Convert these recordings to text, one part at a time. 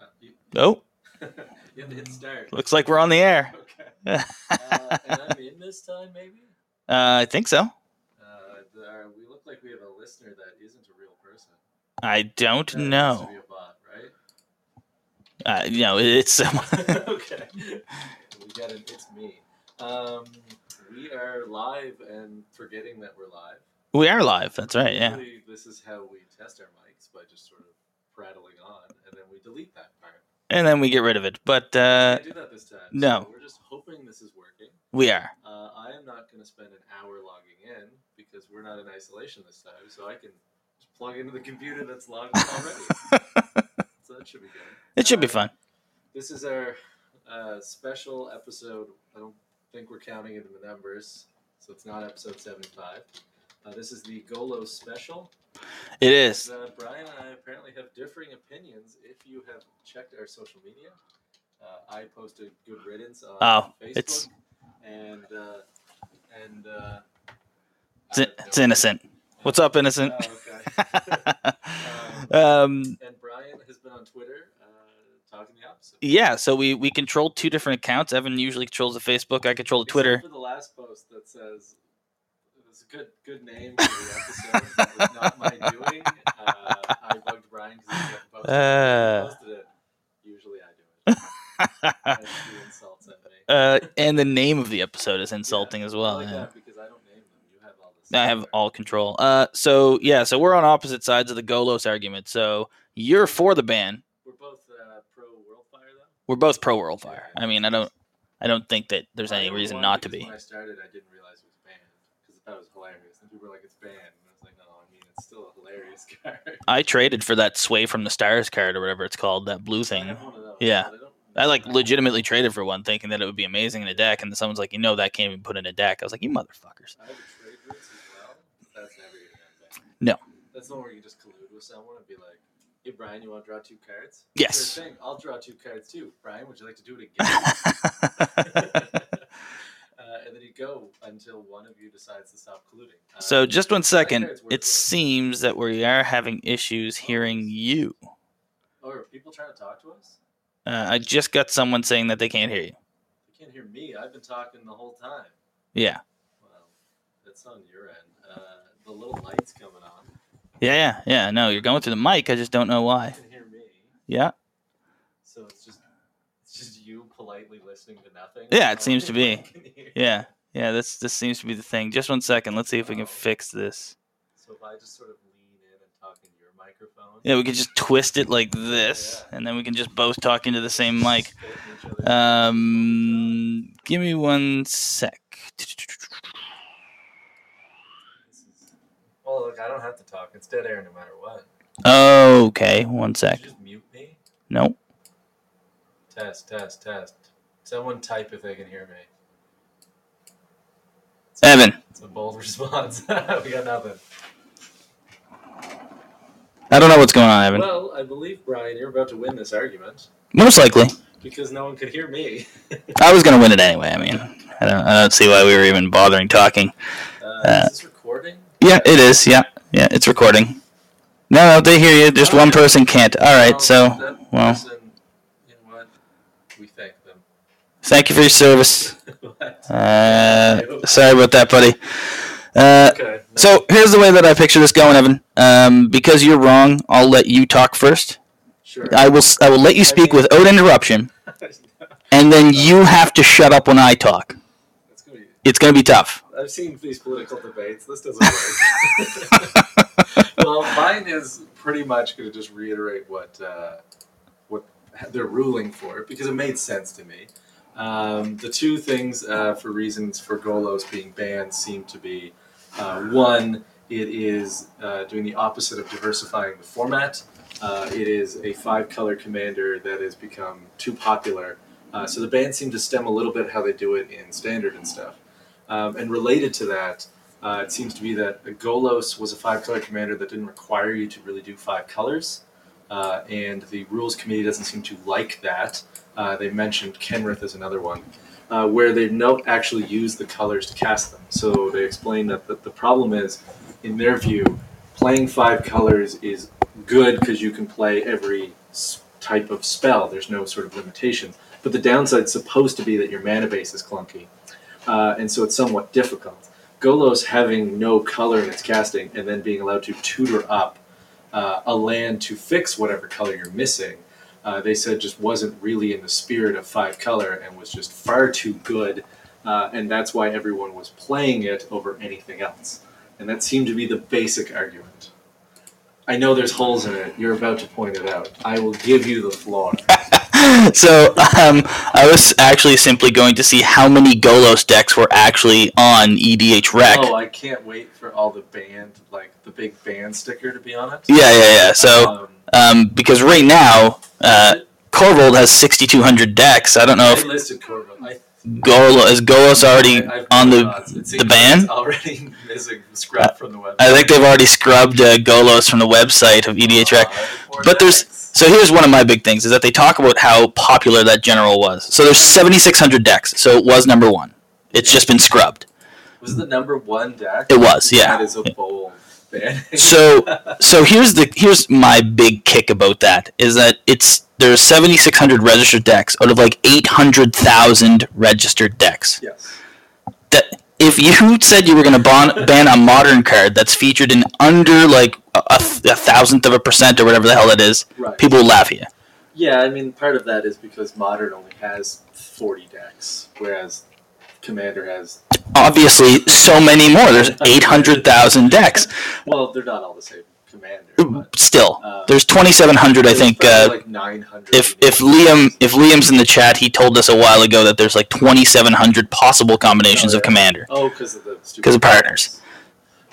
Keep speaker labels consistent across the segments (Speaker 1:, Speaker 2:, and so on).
Speaker 1: Uh, You,
Speaker 2: Nope.
Speaker 1: you have to hit start.
Speaker 2: Oh, Looks like we're on the air.
Speaker 1: Okay.
Speaker 2: uh,
Speaker 1: Uh, and I'm in this time, maybe?
Speaker 2: I think so.
Speaker 1: Uh, the- uh, we look like we have a listener that isn't a real person.
Speaker 2: I don't
Speaker 1: That has to
Speaker 2: know.
Speaker 1: be a bot, right?
Speaker 2: Uh, you know, it's someone.
Speaker 1: okay. We got an it's me. Um, we are live and forgetting that we're live.
Speaker 2: we are live. That's right. Yeah.
Speaker 1: Usually this is how we test our mics by just sort of prattling on, and then we delete that part.
Speaker 2: And then we get rid of it. But
Speaker 1: We
Speaker 2: uh,
Speaker 1: can't do that this time. so
Speaker 2: no.
Speaker 1: we're just hoping this is working.
Speaker 2: we are.
Speaker 1: Uh, I am not going to spend an hour logging in because we're not in isolation this time, so I can just plug into the computer that's logged in already. so that should be good.
Speaker 2: It should be
Speaker 1: Uh,
Speaker 2: fun.
Speaker 1: This is our uh, special episode. I don't think we're counting into the numbers, so it's not episode 75. Uh, this is the Golo special.
Speaker 2: It is.
Speaker 1: Uh, Brian and I apparently have differing opinions. If you have checked our social media, uh, I posted good riddance on
Speaker 2: Oh,
Speaker 1: Facebook,
Speaker 2: it's-
Speaker 1: and uh, and uh, I
Speaker 2: It's,
Speaker 1: don't know.
Speaker 2: it's innocent. What's up,
Speaker 1: Oh,
Speaker 2: innocent?
Speaker 1: okay.
Speaker 2: um,
Speaker 1: and Brian has been on Twitter uh, talking the opposite.
Speaker 2: yeah. So we we control two different accounts. Evan usually controls the Facebook. I control the
Speaker 1: Except
Speaker 2: Twitter.
Speaker 1: for the last post that says it's a good good name for the episode. that was not my doing. Uh, I bugged Brian because he kept posting it.
Speaker 2: Uh.
Speaker 1: He posted it. Usually I do it. That's the insults at me.
Speaker 2: uh, and the name of the episode is insulting as
Speaker 1: I
Speaker 2: well.
Speaker 1: like
Speaker 2: yeah.
Speaker 1: that because I don't name them. You have all this.
Speaker 2: I have
Speaker 1: software.
Speaker 2: all control. Uh, so yeah, so we're on opposite sides of the Golos argument. So you're for the ban.
Speaker 1: We're both uh, pro Worldfire though.
Speaker 2: We're both pro World Fire. I mean, I don't, I don't think that there's
Speaker 1: I
Speaker 2: any
Speaker 1: only
Speaker 2: reason
Speaker 1: won
Speaker 2: not to
Speaker 1: because
Speaker 2: be.
Speaker 1: When I started, I didn't realize it was banned because I thought it was hilarious, and people were like, "It's banned," and I was like, "No, I mean, it's still a hilarious card."
Speaker 2: I traded for that Sway from the Stars card or whatever it's called, that blue
Speaker 1: I
Speaker 2: thing.
Speaker 1: have one of those,
Speaker 2: Yeah.
Speaker 1: but I, don't
Speaker 2: I like
Speaker 1: know.
Speaker 2: legitimately traded for one, thinking that it would be amazing in a deck, and then someone's like, "You know, that can't even put in a deck." I was like, "You motherfuckers!"
Speaker 1: I have a trade routes as well. but That's never even been banned.
Speaker 2: No.
Speaker 1: That's the one where you just collude with someone and be like, "Hey, Brian, you want to draw two cards?"
Speaker 2: Yes.
Speaker 1: Sure thing. I'll draw two cards too. Brian, would you like to do it again? Uh, and then you go until one of you decides to stop colluding. Uh,
Speaker 2: so just one second.
Speaker 1: it's worth
Speaker 2: It
Speaker 1: it.
Speaker 2: seems that we are having issues hearing you.
Speaker 1: Oh, are people trying to talk to us?
Speaker 2: Uh, I just got someone saying that they can't hear you.
Speaker 1: They can't hear me. I've been talking the whole time.
Speaker 2: Yeah,
Speaker 1: Well, that's on your end. Uh, the little light's coming on.
Speaker 2: yeah, yeah, yeah. No, you're going through the mic. I just don't know
Speaker 1: You
Speaker 2: why.
Speaker 1: can hear me.
Speaker 2: Yeah,
Speaker 1: So it's just it's just you politely listening to nothing.
Speaker 2: Yeah, it seems to be.
Speaker 1: I can hear.
Speaker 2: yeah, yeah. This this seems to be the thing. Just one second. Let's see if we can
Speaker 1: Wow.
Speaker 2: fix this.
Speaker 1: So if I just sort of lean in and talk into your microphone.
Speaker 2: Yeah, we could just twist it like this, and then we can just both talk into the same mic.
Speaker 1: spit in each other's faces
Speaker 2: Um, give me one sec.
Speaker 1: all the time. This is- Well, look, I don't have to talk. It's dead air no matter what.
Speaker 2: Okay, one
Speaker 1: Did
Speaker 2: sec.
Speaker 1: you just mute me.
Speaker 2: Nope.
Speaker 1: Test, test, test. Someone type if they can hear me.
Speaker 2: Evan,
Speaker 1: It's a bold response. we got nothing.
Speaker 2: I don't know what's going on, Evan.
Speaker 1: Well, I believe Brian, you're about to win this argument
Speaker 2: Most likely,
Speaker 1: because no one could hear me. Uh,
Speaker 2: I was gonna win it anyway. I mean, I don't, I don't see why we were even bothering talking.
Speaker 1: Uh,
Speaker 2: Uh,
Speaker 1: is this recording?
Speaker 2: Yeah, it is. Yeah, yeah, it's recording. No, no, they hear you. Just one person can't. All right, so
Speaker 1: that
Speaker 2: well.
Speaker 1: person- you know what? We thank them.
Speaker 2: thank you for your service.
Speaker 1: What?
Speaker 2: Uh, sorry about that, buddy. Uh,
Speaker 1: okay. no.
Speaker 2: So here's the way that I picture this going, Evan. Um, because you're wrong, I'll let you talk first.
Speaker 1: sure.
Speaker 2: I will I will let you speak without interruption, and then you have to shut up when I talk.
Speaker 1: That's gonna be,
Speaker 2: It's gonna be tough.
Speaker 1: I've seen these political debates. This doesn't work. well, mine is pretty much going to just reiterate what uh, what they're ruling for because it made sense to me. Um, the two things uh, for reasons for Golos being banned seem to be uh, one, it is uh, doing the opposite of diversifying the format. Uh, it is a five color commander that has become too popular. Uh, so the ban seemed to stem a little bit how they do it in standard and stuff. Um, and related to that, uh, it seems to be that the Golos was a five color commander that didn't require you to really do five colors. Uh, and the rules committee doesn't seem to like that. Uh, they mentioned Kenrith as another one, uh, where they don't actually use the colors to cast them. So they explain that the, the problem is, in their view, playing five colors is good because you can play every s- type of spell. There's no sort of limitation. But the downside's supposed to be that your mana base is clunky, uh, and so it's somewhat difficult. Golos having no color in its casting and then being allowed to tutor up uh, a land to fix whatever color you're missing, uh, they said just wasn't really in the spirit of five color and was just far too good. Uh, and that's why everyone was playing it over anything else. And that seemed to be the basic argument. I know there's holes in it. You're about to point it out. I will give you the floor.
Speaker 2: so um, I was actually simply going to see how many Golos decks were actually on EDH Rec.
Speaker 1: Oh, I can't wait for all the band, like the big band sticker to be on it.
Speaker 2: Yeah, yeah, yeah. So
Speaker 1: Um,
Speaker 2: um, because right now uh, Corvold has 6,200 decks. I don't know
Speaker 1: I
Speaker 2: if
Speaker 1: listed Corvo. I
Speaker 2: Golo is Golos already
Speaker 1: I- I've got
Speaker 2: on the.
Speaker 1: odds. It seems
Speaker 2: the ban?
Speaker 1: it's Already missing scrap from the website.
Speaker 2: I think they've already scrubbed uh, Golos from the website of EDH
Speaker 1: Uh,
Speaker 2: Rec. but there's- So here's one of my big things is that they talk about how popular that general was. So there's 7600 decks. So it was number 1. It's just been scrubbed.
Speaker 1: was it the number one deck.
Speaker 2: It was, yeah.
Speaker 1: That is a bold ban.
Speaker 2: So so here's the here's my big kick about that is that it's there's 7600 registered decks out of like 800,000 registered decks.
Speaker 1: yes.
Speaker 2: That if you said you were going to ban, ban a modern card that's featured in under like a, a th- a thousandth of a percent or whatever the hell that is,
Speaker 1: Right.
Speaker 2: people would laugh at you.
Speaker 1: Yeah, I mean, part of that is because Modern only has 40 decks, whereas Commander has.
Speaker 2: Obviously, so many more. There's 800,000 decks.
Speaker 1: Well, they're not all the same Commander. But,
Speaker 2: still
Speaker 1: uh,
Speaker 2: there's 2700 i
Speaker 1: there's
Speaker 2: think
Speaker 1: probably
Speaker 2: uh,
Speaker 1: like 900
Speaker 2: if
Speaker 1: unique
Speaker 2: if liam
Speaker 1: decks.
Speaker 2: if liam's in the chat he told us a while ago that there's like 2700 possible combinations
Speaker 1: Oh,
Speaker 2: of
Speaker 1: yeah.
Speaker 2: commander
Speaker 1: Oh, because of the stupid
Speaker 2: 'Cause of partners.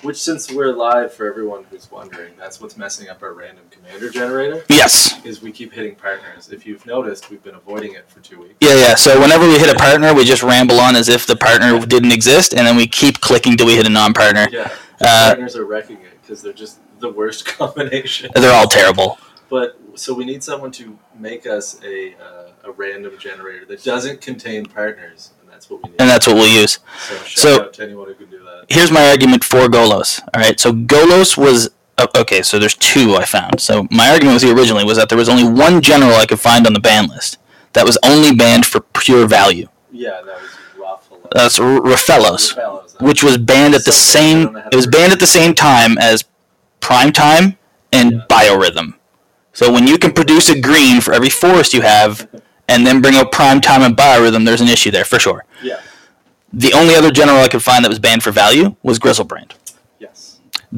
Speaker 1: Which, since we're live for everyone who's wondering, that's what's messing up our random commander generator.
Speaker 2: yes
Speaker 1: Is we keep hitting partners. If you've noticed, we've been avoiding it for two weeks.
Speaker 2: yeah yeah so whenever we hit a partner we just ramble on as if the partner didn't exist and then we keep clicking till we hit a non-partner
Speaker 1: Yeah,
Speaker 2: Uh,
Speaker 1: partners are wrecking it because they're just the worst combination.
Speaker 2: they're all terrible
Speaker 1: But so we need someone to make us a uh, a random generator that doesn't contain partners, and that's what we need.
Speaker 2: and that's what we'll use
Speaker 1: so shout
Speaker 2: so-
Speaker 1: out to anyone who can do that.
Speaker 2: here's my argument for golos all right so golos was oh, okay so there's two i found so my argument was originally was that there was only one general i could find on the ban list that was only banned for pure value
Speaker 1: Yeah, that was Ruffalo.
Speaker 2: that's R- Rafellos,
Speaker 1: Ruffalo's, uh,
Speaker 2: which was banned at the
Speaker 1: Something, I
Speaker 2: same.
Speaker 1: don't know how
Speaker 2: It was
Speaker 1: to-
Speaker 2: banned at the same time as Prime Time and
Speaker 1: Yeah.
Speaker 2: Biorhythm. So when you can produce a green for every forest you have, and then bring out Prime Time and Biorhythm, there's an issue there for sure.
Speaker 1: Yeah.
Speaker 2: The only other general I could find that was banned for value was Grizzlebrand.
Speaker 1: Yes.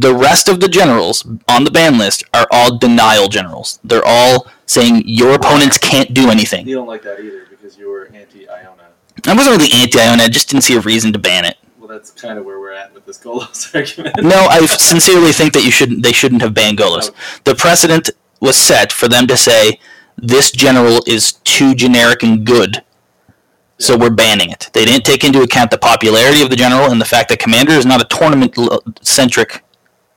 Speaker 2: The rest of the generals on the ban list are all denial generals. They're all saying your opponents can't do anything.
Speaker 1: You don't like that either because you were anti Iona.
Speaker 2: I wasn't really anti-Iona, I just didn't see a reason to ban it.
Speaker 1: Well, that's kind of where we're at with this Golos argument.
Speaker 2: No, I sincerely think that you shouldn't. They shouldn't have banned Golos.
Speaker 1: Okay.
Speaker 2: The precedent was set for them to say this general is too generic and good, so
Speaker 1: Yeah.
Speaker 2: we're banning it. They didn't take into account the popularity of the general and the fact that Commander is not a tournament-centric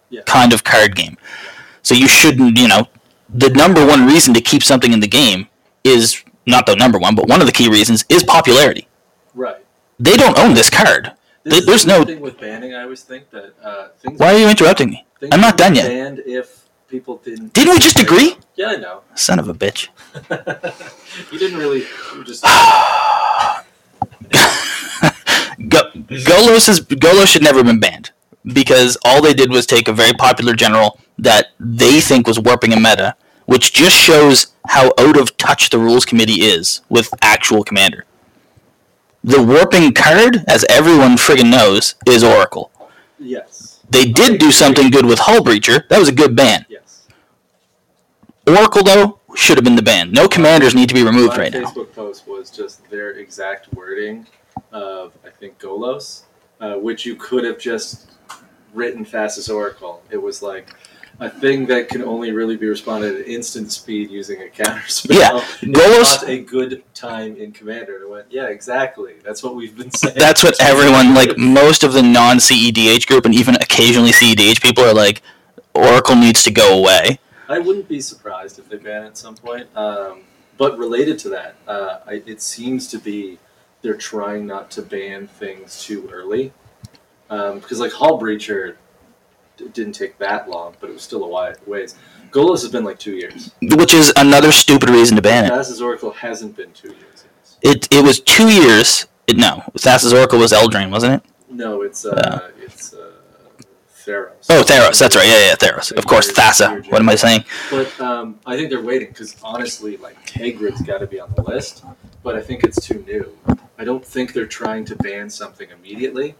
Speaker 1: Yeah.
Speaker 2: kind of card game. So you shouldn't. You know, the number one reason to keep something in the game is not the number one, but one of the key reasons is popularity.
Speaker 1: Right.
Speaker 2: They don't own this card.
Speaker 1: This
Speaker 2: There-
Speaker 1: is
Speaker 2: there's
Speaker 1: the
Speaker 2: no-
Speaker 1: thing with banning. I always think that uh, things.
Speaker 2: Why are you interrupting me?
Speaker 1: things
Speaker 2: I'm not
Speaker 1: would
Speaker 2: done
Speaker 1: be
Speaker 2: yet.
Speaker 1: Banned if people didn't.
Speaker 2: Didn't we just agree?
Speaker 1: Yeah, I know.
Speaker 2: Son of a bitch.
Speaker 1: you didn't really. You were just.
Speaker 2: Go- Golos is Golos should never have been banned because all they did was take a very popular general that they think was warping a meta, which just shows how out of touch the rules committee is with actual commander. The warping card, as everyone friggin' knows, is Oracle.
Speaker 1: Yes.
Speaker 2: They did do something good with Hull Breacher. That was a good ban.
Speaker 1: Yes.
Speaker 2: Oracle though should have been the ban. No commanders need to be removed
Speaker 1: My
Speaker 2: right now.
Speaker 1: Facebook post was just their exact wording of I think Golos, uh, which you could have just written fast as Oracle. It was like a thing that can only really be responded at instant speed using a counter spell.
Speaker 2: Yeah,
Speaker 1: It's
Speaker 2: Golos-
Speaker 1: not a good time in Commander. And I went, yeah, exactly. That's what we've been saying.
Speaker 2: That's what everyone, like most of the non CEDH group and even occasionally CEDH people are like, Oracle needs to go away.
Speaker 1: I wouldn't be surprised if they ban at some point. Um, but related to that, uh, I, it seems to be they're um, trying not to ban things too early. Because, like, Hall Breacher, it didn't take that long, but it was still a wide ways. Golos has been like two years.
Speaker 2: which is another stupid reason to ban it.
Speaker 1: Thanos' Oracle hasn't been two years. Yes.
Speaker 2: It it was two years. It, no, Thassa's Oracle was Eldraine, wasn't it?
Speaker 1: No, it's uh, it's uh, Theros.
Speaker 2: Oh, Theros. That's right. Yeah, yeah, Theros. Of course, Thassa. What am I saying?
Speaker 1: But um, I think they're waiting because honestly, like Tegrid's got to be on the list, but I think it's too new. I don't think they're trying to ban something immediately.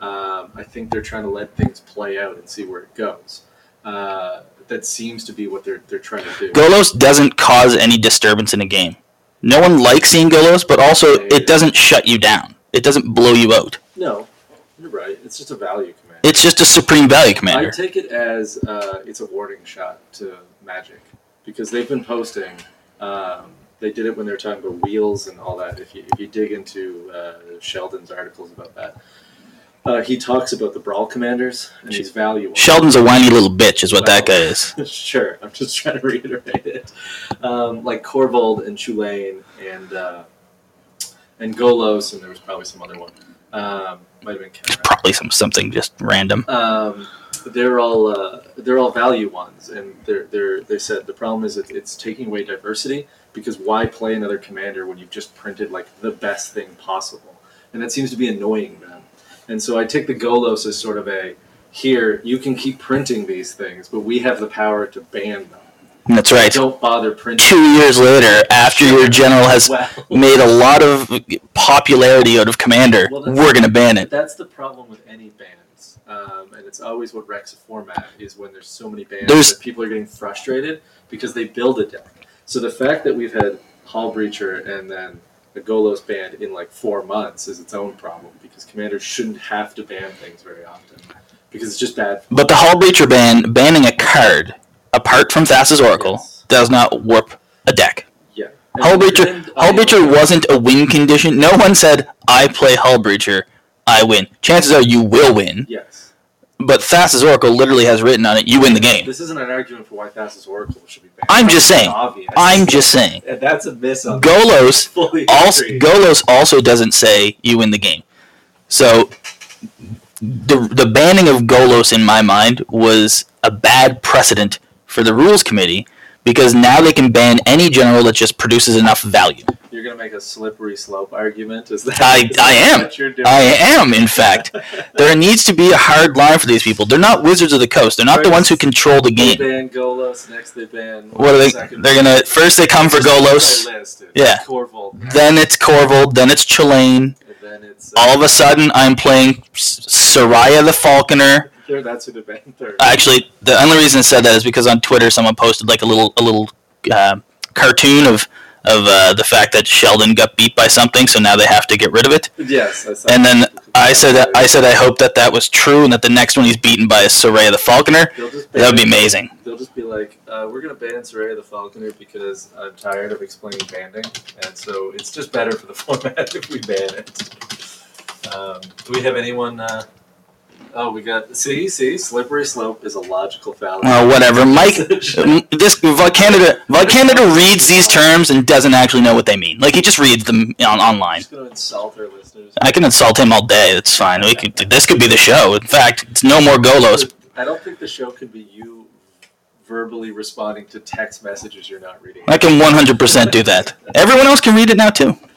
Speaker 1: Um, I think they're trying to let things play out and see where it goes. Uh, that seems to be what they're they're trying to do.
Speaker 2: Golos doesn't cause any disturbance in a game. No one likes seeing Golos, but also it doesn't shut you down. It doesn't blow you out.
Speaker 1: No, you're right. It's just a value command.
Speaker 2: It's just a supreme value
Speaker 1: I
Speaker 2: commander.
Speaker 1: take it as uh, it's a warning shot to Magic because they've been posting. Um, they did it when they were talking about wheels and all that. If you, if you dig into uh, Sheldon's articles about that, uh, he talks about the Brawl commanders and he's valuable.
Speaker 2: Sheldon's a whiny little bitch, is what that guy
Speaker 1: Well,
Speaker 2: is.
Speaker 1: sure, I'm just trying to reiterate it. Um, like Corvold and Chulain and uh, and Golos, and there was probably some other one. Um, might have been Kenra
Speaker 2: Probably some something just random.
Speaker 1: um, they're all uh, they're all value ones, and they're they're they said the problem is it, it's taking away diversity because why play another commander when you've just printed like the best thing possible, and that seems to be annoying them. And so I take the Golos as sort of a here you can keep printing these things, but we have the power to ban them.
Speaker 2: That's right.
Speaker 1: Don't bother printing.
Speaker 2: Two years later, after your general has
Speaker 1: Well,
Speaker 2: made a lot of popularity out of Commander,
Speaker 1: Well, that's-
Speaker 2: we're gonna ban it.
Speaker 1: that's the problem with any bans, um, and it's always what wrecks a format is when there's so many bans
Speaker 2: There's-
Speaker 1: that people are getting frustrated because they build a deck. So the fact that we've had Hall Breacher and then the Golos ban in like four months is its own problem because commanders shouldn't have to ban things very often because it's just bad.
Speaker 2: But the Hall Breacher ban banning a card apart from Thassa's Oracle
Speaker 1: Yes.
Speaker 2: does not warp a deck.
Speaker 1: Yeah,
Speaker 2: Hull
Speaker 1: And-
Speaker 2: Breacher,
Speaker 1: and-
Speaker 2: Hull Breacher wasn't a win condition. No one said, I play Hull Breacher, I win. Chances are you will win,
Speaker 1: Yes,
Speaker 2: but Thassa's Oracle literally has written on it, you win the game.
Speaker 1: this isn't an argument for why Thassa's Oracle should be banned.
Speaker 2: I'm just
Speaker 1: It's
Speaker 2: saying.
Speaker 1: obvious.
Speaker 2: I'm just saying.
Speaker 1: And that's a miss on
Speaker 2: Golos
Speaker 1: Fully
Speaker 2: also,
Speaker 1: agree.
Speaker 2: Golos also doesn't say you win the game. So the, the banning of Golos, in my mind, was a bad precedent for the Rules Committee because now they can ban any general that just produces enough value.
Speaker 1: You're gonna make a slippery slope argument. Is that
Speaker 2: I-
Speaker 1: is that
Speaker 2: I am.
Speaker 1: What you're doing?
Speaker 2: I am, in fact. There needs to be a hard line for these people. They're not Wizards of the Coast. They're not the ones who control the
Speaker 1: They
Speaker 2: game.
Speaker 1: ban Golos. Next, they ban.
Speaker 2: What are they?
Speaker 1: second-
Speaker 2: They're gonna first they come for
Speaker 1: Just what
Speaker 2: Golos,
Speaker 1: I listed.
Speaker 2: Yeah.
Speaker 1: Corvold.
Speaker 2: then it's Corvold, then it's Chilane.
Speaker 1: And then it's. uh,
Speaker 2: All of a sudden, I'm playing S- Soraya the Falconer.
Speaker 1: There, that's who they ban third.
Speaker 2: Actually, the only reason I said that is because on Twitter someone posted like a little a little uh, cartoon of of uh, the fact that Sheldon got beat by something, so now they have to get rid of it.
Speaker 1: yes. I saw
Speaker 2: And then
Speaker 1: that.
Speaker 2: I said that I said I hope that that was true, and that the next one he's beaten by is Soraya the Falconer.
Speaker 1: They'll just ban
Speaker 2: That would be amazing.
Speaker 1: They'll just be like, uh, we're gonna ban Soraya the Falconer because I'm tired of explaining banding, and so it's just better for the format if we ban it. Um, do we have anyone? Uh, oh, we got. See, see, slippery slope is a logical fallacy.
Speaker 2: Well, Uh, whatever. Mike, m- this Volcanada, Volcanada reads these terms and doesn't actually know what they mean. Like he just reads them on,
Speaker 1: I'm
Speaker 2: online.
Speaker 1: just gonna insult our listeners.
Speaker 2: I can insult him all day. It's fine. We could, this could be the show. In fact, it's no more Golos.
Speaker 1: I don't think the show could be you verbally responding to text messages you're not reading.
Speaker 2: I can 100% do that. Everyone else can read it now too.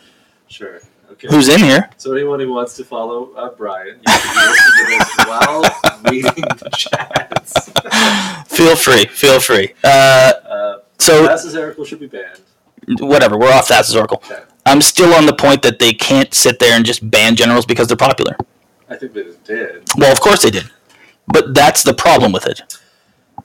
Speaker 1: Sure. Okay.
Speaker 2: Who's in here?
Speaker 1: so anyone who wants to follow uh, Brian, you can listen to this while reading the chats.
Speaker 2: Feel free. Feel free. Uh,
Speaker 1: Uh,
Speaker 2: so
Speaker 1: Classes Oracle should be banned.
Speaker 2: whatever. We're off Thassa's Oracle.
Speaker 1: Okay.
Speaker 2: I'm still on the point that they can't sit there and just ban generals because they're popular.
Speaker 1: I think they just did.
Speaker 2: Well, of course they did. But that's the problem with it.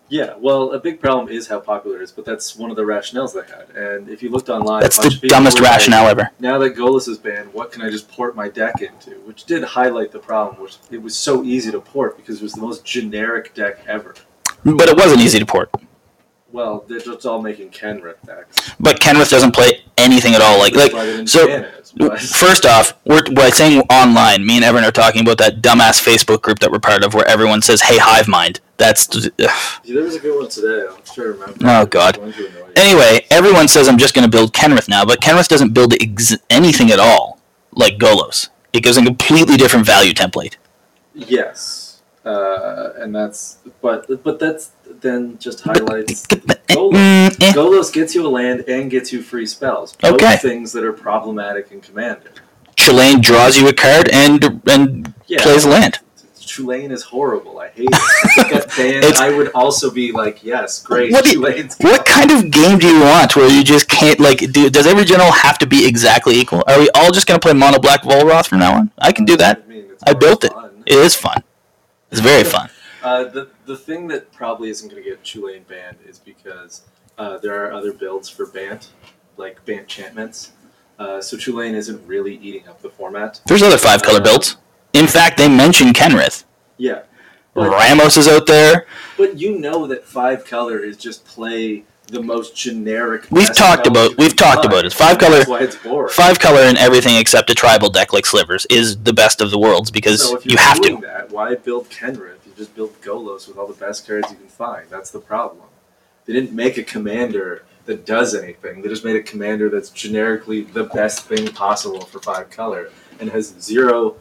Speaker 1: Yeah, well, a big problem is how popular it is, but that's one of the rationales they had. And if you looked online,
Speaker 2: That's
Speaker 1: a bunch
Speaker 2: the
Speaker 1: of people
Speaker 2: dumbest
Speaker 1: were like,
Speaker 2: rationale ever.
Speaker 1: now that Golos is banned, what can I just port my deck into? Which did highlight the problem, which it was so easy to port because it was the most generic deck ever.
Speaker 2: But it wasn't easy to port.
Speaker 1: Well, they're just all making Kenrick decks.
Speaker 2: But Kenrith doesn't play anything at all. Like,
Speaker 1: That's
Speaker 2: like
Speaker 1: why they didn't
Speaker 2: so-
Speaker 1: ban it, but-
Speaker 2: first off, we're, we're saying online. Me and Evan are talking about that dumbass Facebook group that we're part of, where everyone says, "Hey, Hive Mind." That's ugh.
Speaker 1: Yeah, there was a good one today. I'm sure I remember.
Speaker 2: Oh, God.
Speaker 1: It's going to annoy you.
Speaker 2: anyway. Everyone says I'm just going to build Kenrith now, but Kenrith doesn't build ex- anything at all, like Golos. It gives a completely different value template.
Speaker 1: Yes. uh, and that's but but that's then just highlights Golos.
Speaker 2: Mm, eh.
Speaker 1: Golos gets you a land and gets you free spells. Both
Speaker 2: Okay.
Speaker 1: things that are problematic in Commander.
Speaker 2: Chillane draws you a card and and
Speaker 1: Yeah.
Speaker 2: plays land.
Speaker 1: Tulane is horrible. I hate it. and
Speaker 2: It's-
Speaker 1: I would also be like, yes, great.
Speaker 2: What do you-
Speaker 1: Tulane's
Speaker 2: What kind of game do you want where you just can't like? Do, does every general have to be exactly equal? Are we all just gonna play mono black Volroth from now on? I can do that.
Speaker 1: I, mean, it's
Speaker 2: I
Speaker 1: more
Speaker 2: built it.
Speaker 1: fun.
Speaker 2: It is fun. It's very fun.
Speaker 1: Uh, the the thing that probably isn't going to get Tulane banned is because uh, there are other builds for Bant, like Bant enchantments. Uh, so Tulane isn't really eating up the format.
Speaker 2: There's other five color builds. In fact, they mention Kenrith.
Speaker 1: Yeah, but
Speaker 2: Ramos is out there.
Speaker 1: but you know that five color is just play the most generic.
Speaker 2: We've
Speaker 1: best
Speaker 2: talked
Speaker 1: spell
Speaker 2: about-
Speaker 1: you can
Speaker 2: we've talked
Speaker 1: find,
Speaker 2: about it. Five
Speaker 1: and That's
Speaker 2: color-
Speaker 1: why it's boring.
Speaker 2: Five color and everything except a tribal deck like Slivers is the best of the worlds because
Speaker 1: so if you're
Speaker 2: you have
Speaker 1: doing
Speaker 2: to.
Speaker 1: That, why build Kenrith? You just build Golos with all the best cards you can find. That's the problem. They didn't make a commander that does anything. They just made a commander that's generically the best thing possible for five color and has zero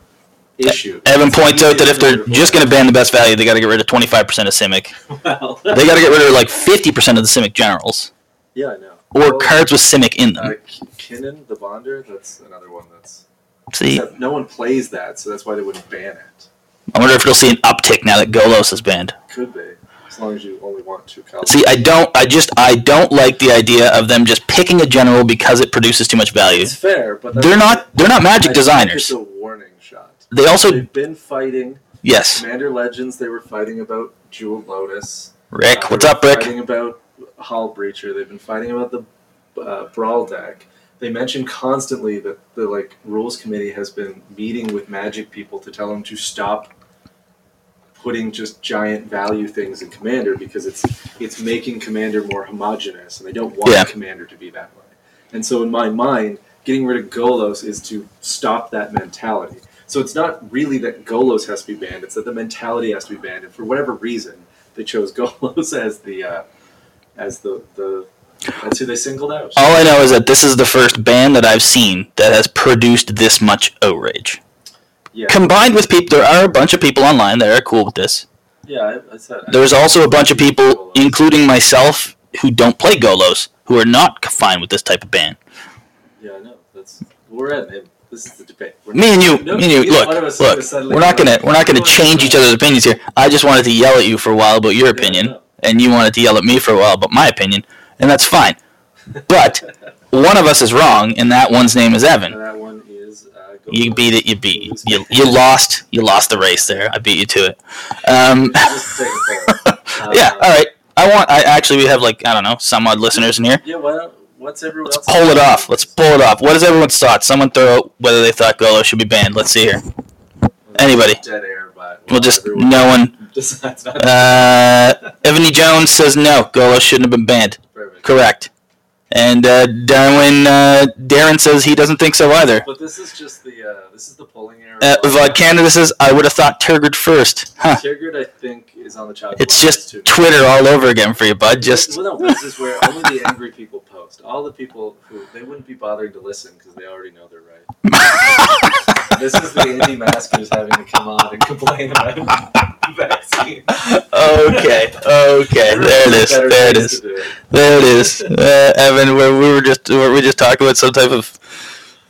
Speaker 1: issue.
Speaker 2: Evan points out that if they're just going to ban the best value, they got to get rid of 25% of Simic.
Speaker 1: well,
Speaker 2: eh, They got to get rid of like 50% of the Simic generals
Speaker 1: yeah, I know.
Speaker 2: or
Speaker 1: Well,
Speaker 2: cards with Simic in
Speaker 1: Uh,
Speaker 2: them.
Speaker 1: K- Kinnan, the Bonder, that's another one that's.
Speaker 2: See,
Speaker 1: except No one plays that, so that's why they wouldn't ban it.
Speaker 2: I wonder if it'll see an uptick now that Golos is banned.
Speaker 1: Could be, as long as you only want two colors.
Speaker 2: See, I don't, I just, I don't like the idea of them just picking a general because it produces too much value.
Speaker 1: it's fair, but that's-
Speaker 2: They're not, they're not
Speaker 1: I
Speaker 2: magic
Speaker 1: think It's
Speaker 2: designers.
Speaker 1: a warning shot.
Speaker 2: They also,
Speaker 1: They've been fighting
Speaker 2: yes,
Speaker 1: Commander Legends. They were fighting about Jewel Lotus. Uh,
Speaker 2: Rick,
Speaker 1: they
Speaker 2: what's
Speaker 1: were
Speaker 2: up, Rick?
Speaker 1: Fighting about Hall Breacher. They've been fighting about the uh, Brawl deck. They mention constantly that the like rules committee has been meeting with Magic people to tell them to stop putting just giant value things in Commander because it's it's making Commander more homogenous, and they don't want
Speaker 2: Yeah.
Speaker 1: Commander to be that way. And so, in my mind, getting rid of Golos is to stop that mentality. So it's not really that Golos has to be banned; it's that the mentality has to be banned. And for whatever reason, they chose Golos as the uh, as the the that's who they singled out.
Speaker 2: All I know is that this is the first ban that I've seen that has produced this much outrage.
Speaker 1: yeah,
Speaker 2: Combined with people, there are a bunch of people online that are cool with this.
Speaker 1: yeah, I, I said I-
Speaker 2: There's also a bunch of people, including myself, who don't play Golos, who are not fine with this type of ban.
Speaker 1: yeah, I know that's we're at it. This is the debate. We're
Speaker 2: Me and you,
Speaker 1: No,
Speaker 2: me and you.
Speaker 1: neither
Speaker 2: Look,
Speaker 1: one of us is
Speaker 2: look.
Speaker 1: gonna suddenly
Speaker 2: We're not
Speaker 1: go,
Speaker 2: gonna, we're not gonna
Speaker 1: "Oh,
Speaker 2: change each other's opinions here. I just wanted to yell at you for a while about your
Speaker 1: yeah,
Speaker 2: opinion,
Speaker 1: no.
Speaker 2: and you wanted to yell at me for a while about my opinion, and that's fine. But one of us is wrong, and that one's name is Evan.
Speaker 1: And that one is uh, Golos.
Speaker 2: You beat it. You beat. You, you lost. You lost the race there. I beat you to it. Um,
Speaker 1: Just take a poll. Uh,
Speaker 2: yeah. All right. I want. I actually we have like I don't know some odd listeners in here.
Speaker 1: Yeah, why don't, what's everyone
Speaker 2: Let's
Speaker 1: else?
Speaker 2: pull it off. Let's pull it off. What is everyone's thoughts? Someone throw out whether they thought Golo should be banned. Let's see here. anybody.
Speaker 1: Dead air, but
Speaker 2: We'll just
Speaker 1: everyone
Speaker 2: no one.
Speaker 1: decides not to
Speaker 2: Uh, Ebony Jones says no. Golo shouldn't have been banned.
Speaker 1: perfect.
Speaker 2: Correct. And uh, Darwin uh, Darren says he doesn't think so either.
Speaker 1: But this is just the uh, this is the polling error.
Speaker 2: Uh, Vod Canada says I would have thought Turgid first. Huh.
Speaker 1: Tigrid, I think, is on the chopping
Speaker 2: It's
Speaker 1: block.
Speaker 2: just
Speaker 1: too.
Speaker 2: Twitter all over again for you, bud. Just
Speaker 1: well, no, but this is where only the angry people post. All the people who they wouldn't be bothering to listen because they already know they're right. This is the anti-maskers having to come on and complain about vaccines.
Speaker 2: okay, okay. There it is.
Speaker 1: Better
Speaker 2: There it
Speaker 1: things
Speaker 2: is.
Speaker 1: to do.
Speaker 2: There it is. Uh, Evan, where we were just where we just talking about some type of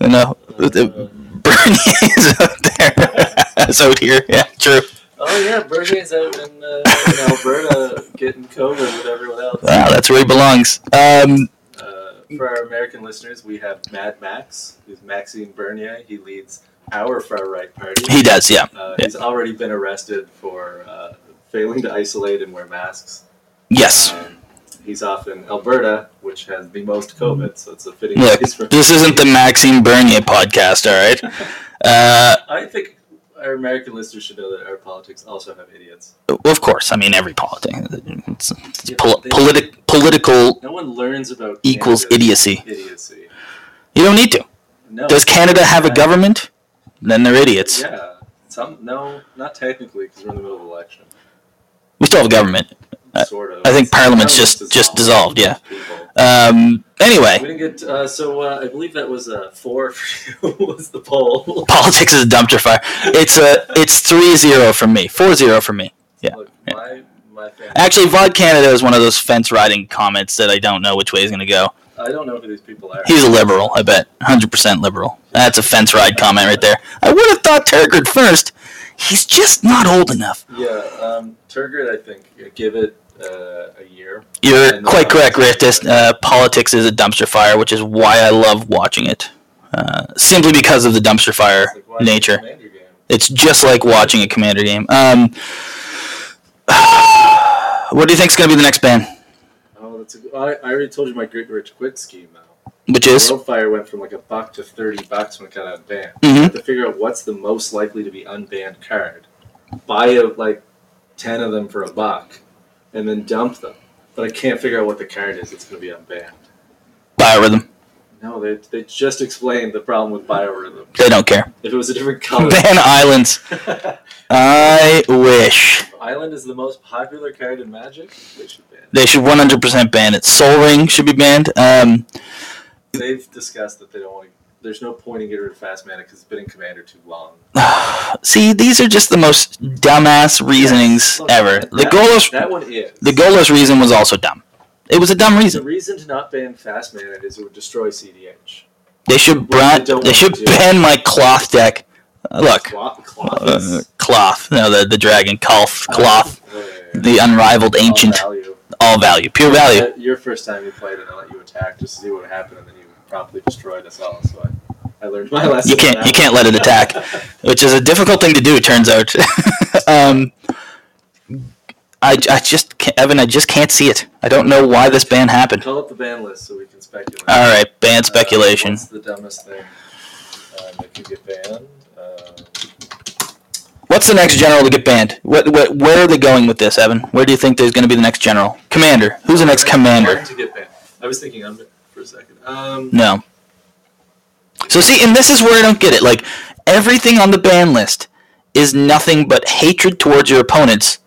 Speaker 2: you know
Speaker 1: Uh,
Speaker 2: Bernie's out there. it's out here. Yeah, true.
Speaker 1: oh yeah, Bernie's out in, uh, in Alberta getting COVID with everyone else.
Speaker 2: Wow, that's where he belongs. Um,
Speaker 1: Uh, for our American listeners, we have Mad Max, who's Maxime Bernier. He leads our far right party.
Speaker 2: he does. Yeah,
Speaker 1: uh, He's already been arrested for uh, failing to isolate and wear masks.
Speaker 2: yes.
Speaker 1: Um, he's off in Alberta, which has the most COVID, so it's a fitting
Speaker 2: Look,
Speaker 1: place for
Speaker 2: This isn't the Maxine Bernier podcast. All right. Uh,
Speaker 1: I think our American listeners should know that our politics also have idiots.
Speaker 2: of course. I mean, every politics. It's, it's
Speaker 1: Yeah,
Speaker 2: pol-
Speaker 1: they-
Speaker 2: politi- political
Speaker 1: No one learns about
Speaker 2: equals
Speaker 1: Canada's
Speaker 2: idiocy.
Speaker 1: idiocy.
Speaker 2: You don't need to.
Speaker 1: No.
Speaker 2: Does Canada have a
Speaker 1: Right.
Speaker 2: government? Then they're idiots.
Speaker 1: Yeah. Some no, not technically, because we're in the middle of an election.
Speaker 2: We still have a government. Uh,
Speaker 1: Sort of.
Speaker 2: I think
Speaker 1: It's-
Speaker 2: Parliament's just- just dissolved, yeah.
Speaker 1: People.
Speaker 2: Um, Anyway,
Speaker 1: We didn't get uh, so uh, I believe that was uh, four for you was the poll.
Speaker 2: politics is a dumpster fire. It's uh, a it's three zero for me, four zero for me. Yeah,
Speaker 1: Look,
Speaker 2: yeah.
Speaker 1: my my family.
Speaker 2: Actually, Vod Canada is one of those fence riding comments that I don't know which way he's gonna go.
Speaker 1: I don't know who these people are.
Speaker 2: He's a liberal, I bet, hundred percent liberal. That's a fence ride comment right there. I would have thought Turgid first. He's just not old enough.
Speaker 1: Yeah, um, Turgid, I think uh, give it uh, a year.
Speaker 2: You're quite correct, Riftis. Uh, politics is a dumpster fire, which is why I love watching it. Uh, simply because of the dumpster fire
Speaker 1: It's like, why
Speaker 2: nature.
Speaker 1: Commander game?
Speaker 2: It's just like watching a commander game. Um, what do you think's going to be the next ban?
Speaker 1: Oh, that's a good. I, I already told you my great rich quit scheme though.
Speaker 2: Which is
Speaker 1: Fire went from like a buck to thirty bucks when it got unbanned. You
Speaker 2: hmm
Speaker 1: have to figure out what's the most likely to be unbanned card. Buy a, like ten of them for a buck, and then dump them. But I can't figure out what the card is. that's going to be unbanned.
Speaker 2: Mm-hmm. biorhythm.
Speaker 1: No, they, they just explained the problem with biorhythm.
Speaker 2: They don't care.
Speaker 1: If it was a different color,
Speaker 2: Ban islands. I wish
Speaker 1: Island is the most popular card in Magic. They should ban.
Speaker 2: they should 100% ban it. Soul Ring should be banned. Um,
Speaker 1: It. They've discussed that they don't want to. There's no point in getting rid of fast mana because it's been in Commander too long.
Speaker 2: see, these are just the most dumbass reasonings
Speaker 1: Look,
Speaker 2: ever.
Speaker 1: that-
Speaker 2: The Golos,
Speaker 1: That one is.
Speaker 2: the Golos reason was also dumb. It was a dumb
Speaker 1: The
Speaker 2: reason.
Speaker 1: reason to not ban fast mana is it would destroy CDH.
Speaker 2: They should
Speaker 1: Well, I
Speaker 2: bran-
Speaker 1: don't
Speaker 2: They
Speaker 1: want
Speaker 2: should
Speaker 1: to.
Speaker 2: ban my cloth deck. Uh, Look,
Speaker 1: Cloth, cloth
Speaker 2: uh,
Speaker 1: is-
Speaker 2: cloth. No, the the dragon cloth. Uh, Cloth.
Speaker 1: Oh, yeah, yeah, yeah.
Speaker 2: the unrivaled ancient
Speaker 1: All value.
Speaker 2: all value pure value
Speaker 1: Uh, Your first time you played it, I let you attack just to see what happened, and then you promptly destroyed us all. So I, I learned my lesson.
Speaker 2: You can't-
Speaker 1: on that
Speaker 2: you can't let it attack. which is a difficult thing to do it turns out um I, I just can't, Evan I just can't see it I don't know why this ban happened
Speaker 1: Call up the ban list so we can speculate.
Speaker 2: all right ban
Speaker 1: Uh,
Speaker 2: speculation
Speaker 1: what's the dumbest thing uh, that could get banned? Um,
Speaker 2: what's the next general to get banned what, what where are they going with this Evan where do you think there's going to be the next general commander who's the next commander
Speaker 1: To get banned. I was thinking under for a second. Um,
Speaker 2: No. So see, and this is where I don't get it. Like everything on the ban list is nothing but hatred towards your opponents.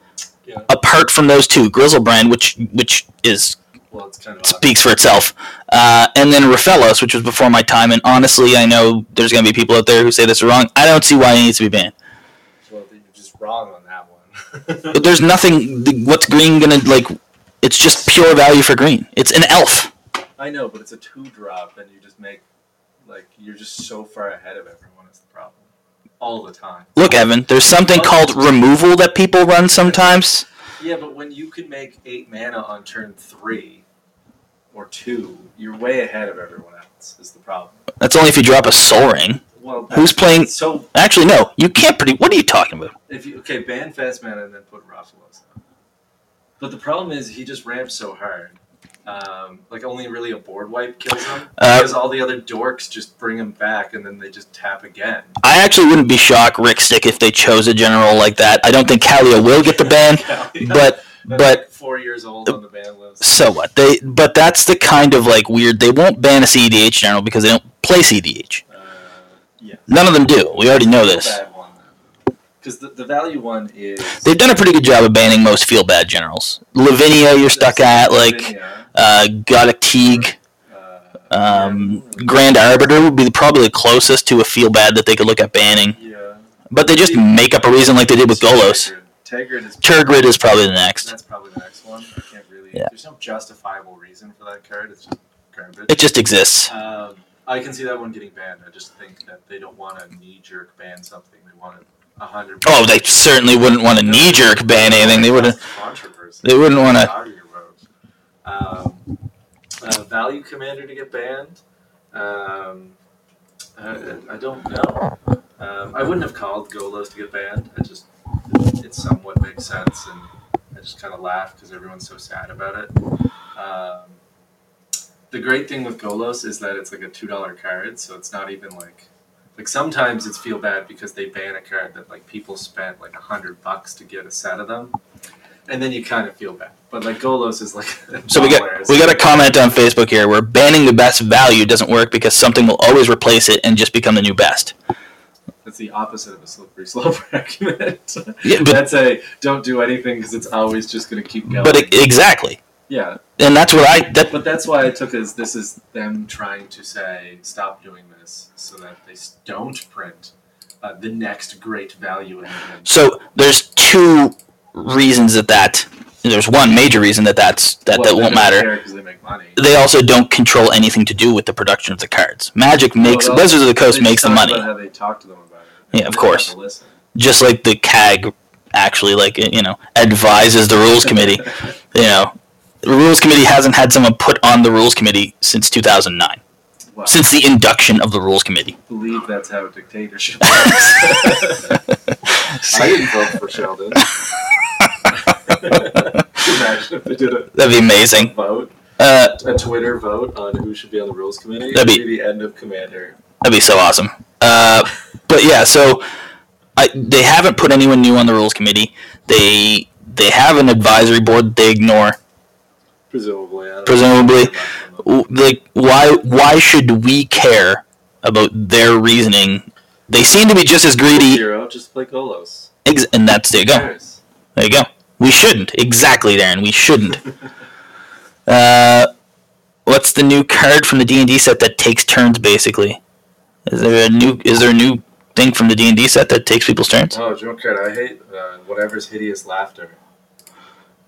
Speaker 1: Yeah.
Speaker 2: Apart from those two, Grizzlebrand, which which is
Speaker 1: well, it's kind of
Speaker 2: speaks for itself, uh, and then Rafelos, which was before my time. And honestly, I know there's gonna be people out there who say this is wrong. I don't see why it needs to be banned.
Speaker 1: obvious. Well, you're just wrong on that one.
Speaker 2: But there's nothing. th- What's green gonna like? It's just pure value for green. It's an elf.
Speaker 1: I know, but it's a two drop, and you just make like you're just so far ahead of everyone. Is the problem all the time?
Speaker 2: Look, Evan, there's something called removal that people run sometimes.
Speaker 1: Yeah, but when you can make eight mana on turn three or two, you're way ahead of everyone else. Is the problem?
Speaker 2: That's only if you drop a soul ring.
Speaker 1: Well,
Speaker 2: Who's playing-
Speaker 1: So
Speaker 2: Actually, no. You can't pretty. What are you talking about?
Speaker 1: if you okay, ban fast mana and then put Rafalos on. But the problem is he just ramps so hard. Um, like only really a board wipe kills him
Speaker 2: Uh,
Speaker 1: because all the other dorks just bring him back and then they just tap again.
Speaker 2: I actually wouldn't be shocked, Rick Stick, if they chose a general like that. I don't think Kalia will get the ban, but
Speaker 1: They're
Speaker 2: but-
Speaker 1: like four years old on the ban list.
Speaker 2: so what? They but that's the kind of like weird. They won't ban a CDH general because they don't play CDH.
Speaker 1: Uh, yeah,
Speaker 2: None of them do. We already know
Speaker 1: feel
Speaker 2: this.
Speaker 1: bad one because the, the value one is
Speaker 2: They've done a pretty good job of banning most feel bad generals. Lavinia, you're stuck at like
Speaker 1: Lavinia,
Speaker 2: uh, Goddick Teague.
Speaker 1: uh,
Speaker 2: Um,
Speaker 1: yeah,
Speaker 2: Grand Arbiter would be the- probably the closest to a feel bad that they could look at banning,
Speaker 1: yeah.
Speaker 2: but they just make up a reason like they did with Golos.
Speaker 1: Tigrid is
Speaker 2: Turgrid is probably the next.
Speaker 1: That's probably the next one. I can't really.
Speaker 2: Yeah.
Speaker 1: There's no justifiable reason for that card. It's just garbage.
Speaker 2: It just exists.
Speaker 1: Um, I can see that one getting banned. I just think that they don't want to knee jerk ban something. They want to hundred.
Speaker 2: Oh, they certainly wouldn't want to knee jerk ban anything. They wouldn't.
Speaker 1: Controversy.
Speaker 2: They wouldn't want to.
Speaker 1: Out of your road. Um, uh, value commander to get banned. Um, I, I don't know. Um, I wouldn't have called Golos to get banned. I just it somewhat makes sense, and I just kind of laugh because everyone's so sad about it. Um, the great thing with Golos is that it's like a two dollar card, so it's not even like like sometimes it's feel bad because they ban a card that like people spent like a hundred bucks to get a set of them, and then you kind of feel bad. But like Golos is like
Speaker 2: So we got we got a comment on Facebook here where banning the best value doesn't work because something will always replace it and just become the new best.
Speaker 1: That's the opposite of a slippery slope argument.
Speaker 2: Yeah, but
Speaker 1: That's a don't do anything because it's always just going to keep going.
Speaker 2: but e- exactly.
Speaker 1: Yeah,
Speaker 2: and that's what I that
Speaker 1: But that's why I took as this is them trying to say stop doing this so that they s- don't print uh, the next great value engine.
Speaker 2: So there's two reasons that that there's one major reason that that's that
Speaker 1: Well,
Speaker 2: that
Speaker 1: they don't
Speaker 2: won't matter.
Speaker 1: care 'cause they make money.
Speaker 2: They also don't control anything to do with the production of the cards. Magic makes
Speaker 1: Well, they'll-
Speaker 2: Wizards of the Coast
Speaker 1: they just
Speaker 2: makes the
Speaker 1: talk
Speaker 2: money,
Speaker 1: About how they talk to them about it.
Speaker 2: Yeah,
Speaker 1: They
Speaker 2: of
Speaker 1: don't
Speaker 2: course.
Speaker 1: have to listen.
Speaker 2: just like the CAG actually like you know advises the rules committee. you know, the rules committee hasn't had someone put on the rules committee since 2009,
Speaker 1: Well,
Speaker 2: since the induction of the rules committee.
Speaker 1: I believe that's how a dictatorship works. I didn't vote for Sheldon. Imagine if they did a
Speaker 2: That'd be amazing.
Speaker 1: vote,
Speaker 2: Uh,
Speaker 1: a Twitter vote on who should be on the rules committee.
Speaker 2: That'd
Speaker 1: It'd the end of Commander.
Speaker 2: That'd be so awesome. Uh, but yeah, so I, they haven't put anyone new on the rules committee. They they have an advisory board that they ignore.
Speaker 1: Presumably. I don't
Speaker 2: Presumably.
Speaker 1: know.
Speaker 2: W- Like why why should we care about their reasoning? They seem to be just as greedy,
Speaker 1: Zero, just play Golos.
Speaker 2: ex- and that's there you go.
Speaker 1: Nice.
Speaker 2: There you go. We shouldn't exactly, Darren. We shouldn't. Uh, what's the new card from the D and D set that takes turns? Basically, is there a new is there a new thing from the D and D set that takes people's turns?
Speaker 1: Oh, Junkrat, I hate uh, whatever's hideous laughter.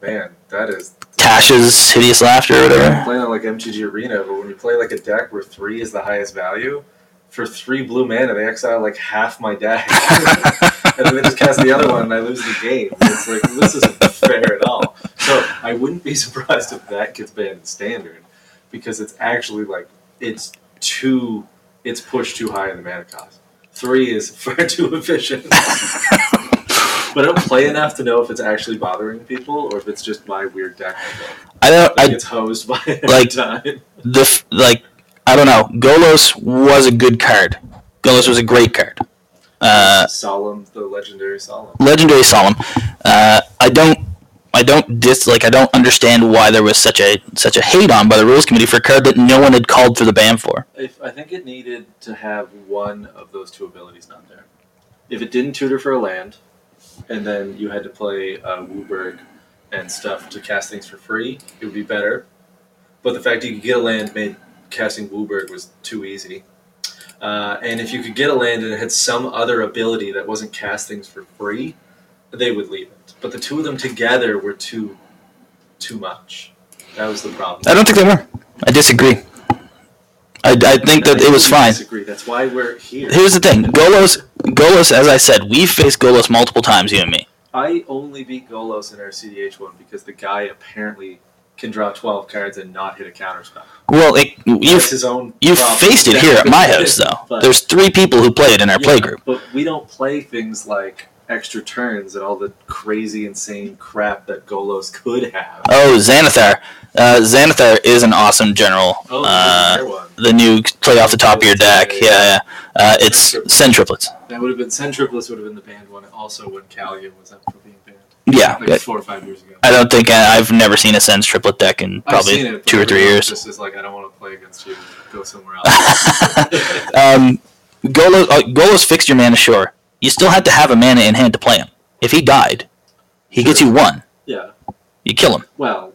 Speaker 1: Man, that is.
Speaker 2: Tasha's hideous laughter or
Speaker 1: I'm
Speaker 2: whatever.
Speaker 1: playing on like MTG Arena, but when you play like a deck where three is the highest value, for three blue mana, they exile like half my deck. and then they just cast the other one and I lose the game. It's like, this isn't fair at all. So I wouldn't be surprised if that gets banned in standard because it's actually like, it's too, it's pushed too high in the mana cost. Three is far too efficient. but I don't play enough to know if it's actually bothering people or if it's just my weird deck.
Speaker 2: I don't.
Speaker 1: I
Speaker 2: I
Speaker 1: gets hosed by it every
Speaker 2: like-
Speaker 1: time.
Speaker 2: the f- like. I don't know. Golos was a good card. Golos was a great card. Uh,
Speaker 1: Solemn, the legendary Solemn.
Speaker 2: legendary solemn. Uh, I don't. I don't dis like. I don't understand why there was such a such a hate on by the rules committee for a card that no one had called for the ban for.
Speaker 1: If, I think it needed to have one of those two abilities not there. If it didn't tutor for a land, and then you had to play uh, Wooburg and stuff to cast things for free, it would be better. But the fact that you could get a land made casting Wooburg was too easy. Uh, and if you could get a land and it had some other ability that wasn't cast things for free, they would leave it. But the two of them together were too, too much. That was the problem.
Speaker 2: I don't think they were. I disagree. I, I think that it was
Speaker 1: we
Speaker 2: fine.
Speaker 1: Disagree. That's why we're here.
Speaker 2: Here's the thing, Golos. Golos, as I said, we've faced Golos multiple times, you and me.
Speaker 1: I only beat Golos in our CDH one because the guy apparently can draw 12 cards and not hit a counter spell.
Speaker 2: Well, it, you've
Speaker 1: That's his own
Speaker 2: You
Speaker 1: problem.
Speaker 2: faced it here at my house, though.
Speaker 1: But-
Speaker 2: There's three people who played in our
Speaker 1: Yeah,
Speaker 2: playgroup.
Speaker 1: But we don't play things like extra turns and all the crazy, insane crap that Golos could have.
Speaker 2: Oh, Xanathar. Uh, Xanathar is an awesome general.
Speaker 1: Oh,
Speaker 2: Uh,
Speaker 1: there one.
Speaker 2: the new play off the top of your deck. Yeah, yeah. Uh, it's send triplets.
Speaker 1: That would have been Centriplus would have been the banned one. Also, when Callium was up for being banned,
Speaker 2: Yeah.
Speaker 1: like four or five years ago.
Speaker 2: I don't think I, I've never seen a sends triplet deck in
Speaker 1: I've seen
Speaker 2: probably
Speaker 1: it, but
Speaker 2: two or three
Speaker 1: everyone
Speaker 2: years.
Speaker 1: Just is like I don't want to play against you. Go somewhere else.
Speaker 2: Um, Golos, uh, Golos fixed your mana, sure. You still had to have a mana in hand to play him. If he died, he gets you one.
Speaker 1: Yeah.
Speaker 2: You kill him.
Speaker 1: Well,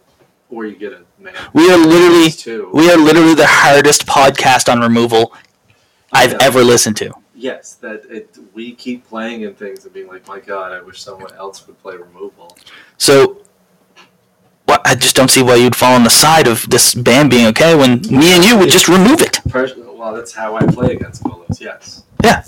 Speaker 1: or you get a man.
Speaker 2: We are literally,
Speaker 1: Two.
Speaker 2: we are literally the hardest podcast on removal I've
Speaker 1: Yeah.
Speaker 2: ever listened to.
Speaker 1: Yes, that it, we keep playing in things and being like, my God, I wish someone else would play removal.
Speaker 2: So, what, I just don't see why you'd fall on the side of this ban being okay when me and you would just remove it.
Speaker 1: Pers- well, that's how I play against Golos. Yes.
Speaker 2: Yeah.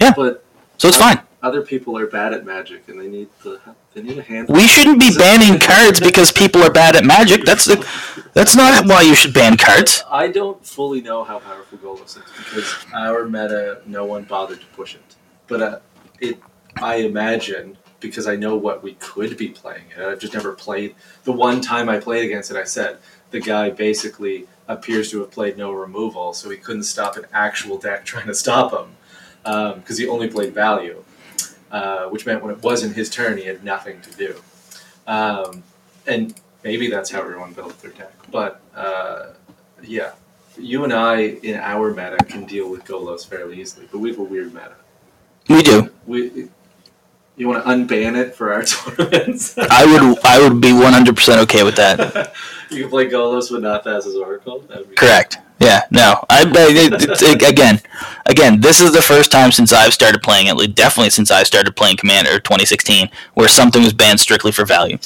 Speaker 2: Yeah.
Speaker 1: But
Speaker 2: So it's fine.
Speaker 1: other people are bad at magic, and they need the they need a hand.
Speaker 2: We shouldn't be banning cards because people are bad at magic. That's the, that's not why you should ban cards.
Speaker 1: I don't fully know how powerful Golos is because our meta, no one bothered to push it. But uh, it, I imagine, because I know what we could be playing, and I've just never played. The one time I played against it, I said the guy basically appears to have played no removal, so he couldn't stop an actual deck trying to stop him because he only played value, uh, which meant when it wasn't his turn, he had nothing to do. Um, and maybe that's how everyone built their deck, but. Uh, yeah. You and I in our meta can deal with Golos fairly easily, but we have a weird meta.
Speaker 2: We do.
Speaker 1: We
Speaker 3: You want to unban it for our tournaments?
Speaker 2: I would I would be 100% okay with that.
Speaker 1: you can play Golos with not Thassa's Oracle. That'd be
Speaker 2: Correct. Yeah, no. I, I it- it's- it- again, again, this is the first time since I've started playing it, like, definitely since I started playing Commander 2016, where something was banned strictly for value.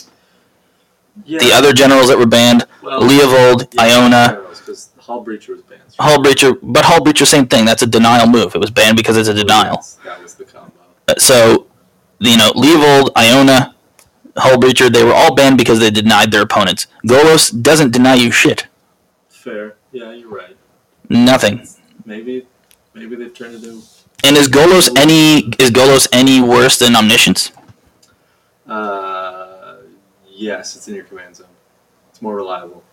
Speaker 1: Yeah, Oh.
Speaker 2: The other generals that were banned,
Speaker 1: well,
Speaker 2: Leovold,
Speaker 1: yeah,
Speaker 2: Iona,
Speaker 1: Because Hall Breacher was banned.
Speaker 2: Hull Breacher, but Hull Breacher, same thing. That's a denial move. It was banned because it's a denial.
Speaker 1: That was the combo.
Speaker 2: Uh, So, you know, Leovold, Iona, Hull Breacher, they were all banned because they denied their opponents. Golos doesn't deny you shit.
Speaker 1: Fair. Yeah, you're right.
Speaker 2: Nothing.
Speaker 1: Maybe, maybe they've turned it into.
Speaker 2: And is Golos any is Golos any worse than Omniscience?
Speaker 1: Uh, yes, it's in your command zone. It's more reliable.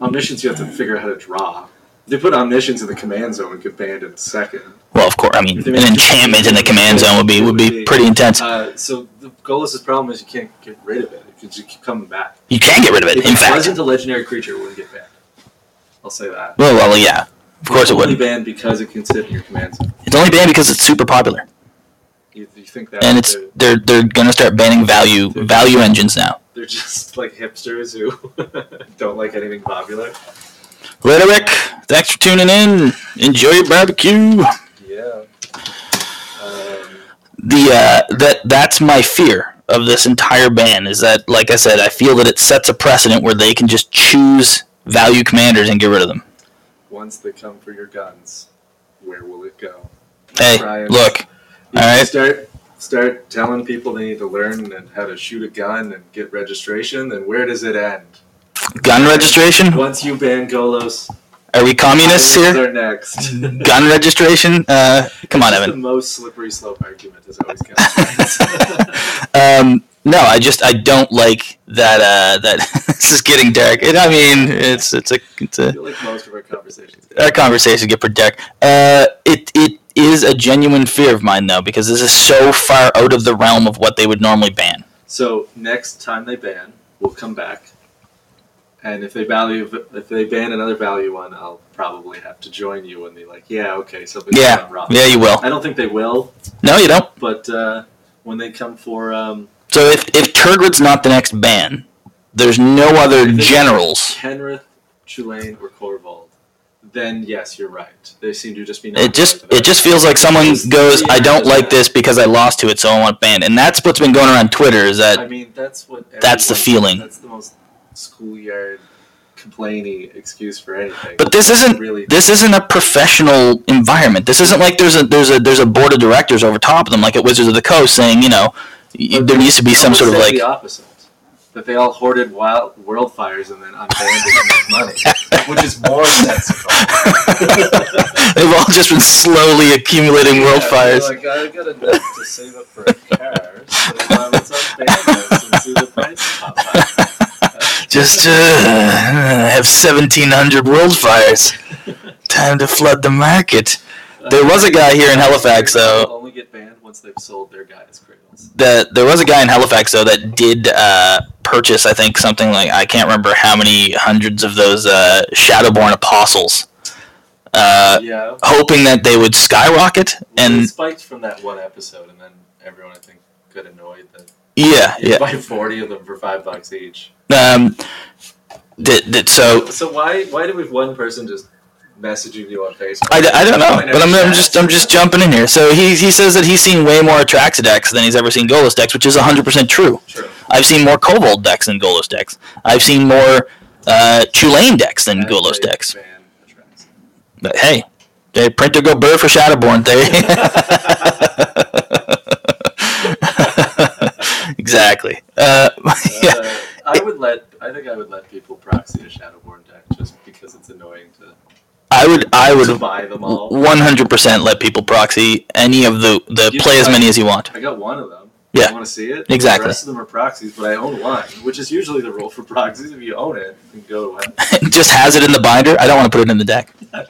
Speaker 1: Omniscience, you have to figure out how to draw. If they put omniscience in the command zone, we could ban it in a second.
Speaker 2: Well, of course. I mean, an enchantment in the command zone would be would be pretty intense.
Speaker 1: Uh, so the Golos' problem is you can't get rid of it. It could just keep coming back.
Speaker 2: You can get rid of it.
Speaker 1: If
Speaker 2: In
Speaker 1: it
Speaker 2: fact,
Speaker 1: wasn't a legendary creature, it wouldn't get banned. I'll say that.
Speaker 2: well, well, yeah. Of course it
Speaker 1: It's only
Speaker 2: would.
Speaker 1: banned because it can sit in your command zone.
Speaker 2: It's only banned because it's super popular,
Speaker 1: You, you think that
Speaker 2: and it's
Speaker 1: they're,
Speaker 2: they're they're gonna start banning value value engines now.
Speaker 1: they're just like hipsters who don't like anything popular?
Speaker 2: Rhetoric. Thanks for tuning in. Enjoy your barbecue.
Speaker 1: Yeah. Um,
Speaker 2: the uh, that that's my fear of this entire ban is that like I said, I feel that it sets a precedent where they can just choose value commanders and get rid of them.
Speaker 1: once they come for your guns, where will it go?
Speaker 2: Hey,
Speaker 1: Ryan.
Speaker 2: look,
Speaker 1: You
Speaker 2: All right.
Speaker 1: Start start telling people they need to learn and how to shoot a gun and get registration. Then where does it end?
Speaker 2: gun registration?
Speaker 1: Once you ban Golos,
Speaker 2: Are we communists Hmm. here?
Speaker 1: They're next.
Speaker 2: Gun registration? Uh, come on,
Speaker 1: Just
Speaker 2: Evan.
Speaker 1: The most slippery slope argument is always counts.
Speaker 2: Um, no, I just I don't like that. Uh, that this is getting dark. It, I mean, it's it's a it's
Speaker 1: I
Speaker 2: a
Speaker 1: feel like most of our conversations.
Speaker 2: our conversations get pretty dark. Uh, it it is a genuine fear of mine though because this is so far out of the realm of what they would normally ban.
Speaker 1: So next time they ban, we'll come back. And if they value, if they ban another value one, I'll probably have to join you and be like, yeah, okay, something's
Speaker 2: Yeah,
Speaker 1: gone wrong.
Speaker 2: Yeah, you will.
Speaker 1: I don't think they will,
Speaker 2: No, you don't.
Speaker 1: but uh, when they come for, um,
Speaker 2: So if if Turgid's not the next ban, there's no other
Speaker 1: If they-
Speaker 2: generals.
Speaker 1: Kenrith, Tulane, or Corvald, then yes, you're right. They seem to just be.
Speaker 2: It just
Speaker 1: nonviolent
Speaker 2: it just feels like someone goes, I don't like this because I lost to it, so I want banned. And that's what's been going around Twitter is
Speaker 1: I
Speaker 2: that
Speaker 1: mean, that's what.
Speaker 2: that's the
Speaker 1: everyone-
Speaker 2: feeling.
Speaker 1: That's the most schoolyard complaining excuse for anything.
Speaker 2: but this isn't
Speaker 1: really
Speaker 2: this isn't a professional environment. This isn't like there's a there's a there's a board of directors over top of them like at Wizards of the Coast saying, you know, y-
Speaker 1: But
Speaker 2: there
Speaker 1: they-
Speaker 2: needs to be
Speaker 1: they
Speaker 2: some
Speaker 1: almost
Speaker 2: sort of
Speaker 1: said
Speaker 2: like
Speaker 1: the opposite. That they all hoarded wild world fires and then unbanded and made money, which is more sensible.
Speaker 2: they've all just been slowly accumulating world
Speaker 1: Yeah,
Speaker 2: fires.
Speaker 1: they're Like, I got enough to save up for a car, so um, let's unban this and see the price pop up.
Speaker 2: Just uh, have 1,700 world fires. Time to flood the market. There was a guy here in Halifax, though.
Speaker 1: They'll only get banned once they've sold their guys' cradles.
Speaker 2: The, there was a guy in Halifax, though, that did uh, purchase, I think, something like, I can't remember how many hundreds of those uh, Shadowborn Apostles, uh,
Speaker 1: yeah,
Speaker 2: hoping that they would skyrocket.
Speaker 1: and
Speaker 2: And
Speaker 1: spiked from that one episode, and then everyone I think got annoyed that
Speaker 2: yeah,
Speaker 1: you
Speaker 2: yeah.
Speaker 1: buy forty of them for five bucks each.
Speaker 2: Um, that, that, so
Speaker 1: So why why did we have one person just messaging you on Facebook?
Speaker 2: I, I don't know, but I'm, I'm just I'm just jumping in here. So he, he says that he's seen way more Atraxa decks than he's ever seen Golos decks, which is 100% true.
Speaker 1: True.
Speaker 2: I've seen more Kobold decks than Golos decks. I've seen more uh, Tulane decks than
Speaker 1: That's
Speaker 2: Golos
Speaker 1: a
Speaker 2: decks.
Speaker 1: fan attracts.
Speaker 2: But hey, they print or go bird for Shadowborn. They exactly. Uh, yeah.
Speaker 1: Uh, I would let. I think I would let people proxy a Shadowborn deck just because it's annoying to,
Speaker 2: I would I
Speaker 1: to
Speaker 2: would
Speaker 1: buy them all.
Speaker 2: 100% let people proxy any of the the
Speaker 1: You
Speaker 2: play as
Speaker 1: try-
Speaker 2: many as you want.
Speaker 1: I got one of them.
Speaker 2: Yeah.
Speaker 1: You want to see it?
Speaker 2: Exactly.
Speaker 1: The rest of them are proxies, but I own one, which is usually the rule for proxies. If you own it, you can go to it.
Speaker 2: Just has it in the binder. I don't want to put it in the deck.
Speaker 1: Well,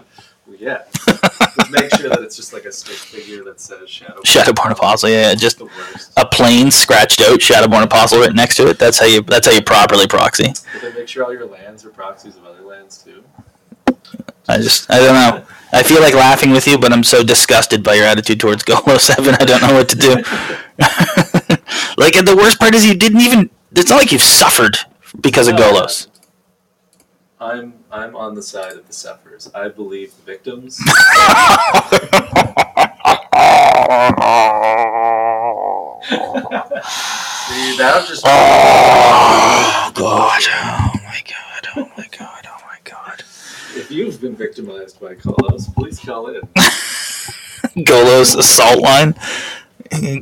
Speaker 1: yeah. Just make sure that it's just like a stick figure that says Shadowborn.
Speaker 2: Shadowborn Apostle, yeah, just
Speaker 1: The worst.
Speaker 2: a plain scratched out Shadowborn Apostle right next to it. That's how you that's how you properly proxy.
Speaker 1: But then make sure all your lands are proxies of other lands too.
Speaker 2: I just I don't know. I feel like laughing with you, but I'm so disgusted by your attitude towards Golo 7, I don't know what to do. like, and the worst part is you didn't even. It's not like you've suffered because of
Speaker 1: No,
Speaker 2: Golos.
Speaker 1: I'm I'm on the side of the sufferers. I believe the victims. See, that just
Speaker 2: Ah. Oh, God. Oh, my God. Oh, my God. Oh, my God.
Speaker 1: if you've been victimized by Carlos, please call in.
Speaker 2: Golos assault line.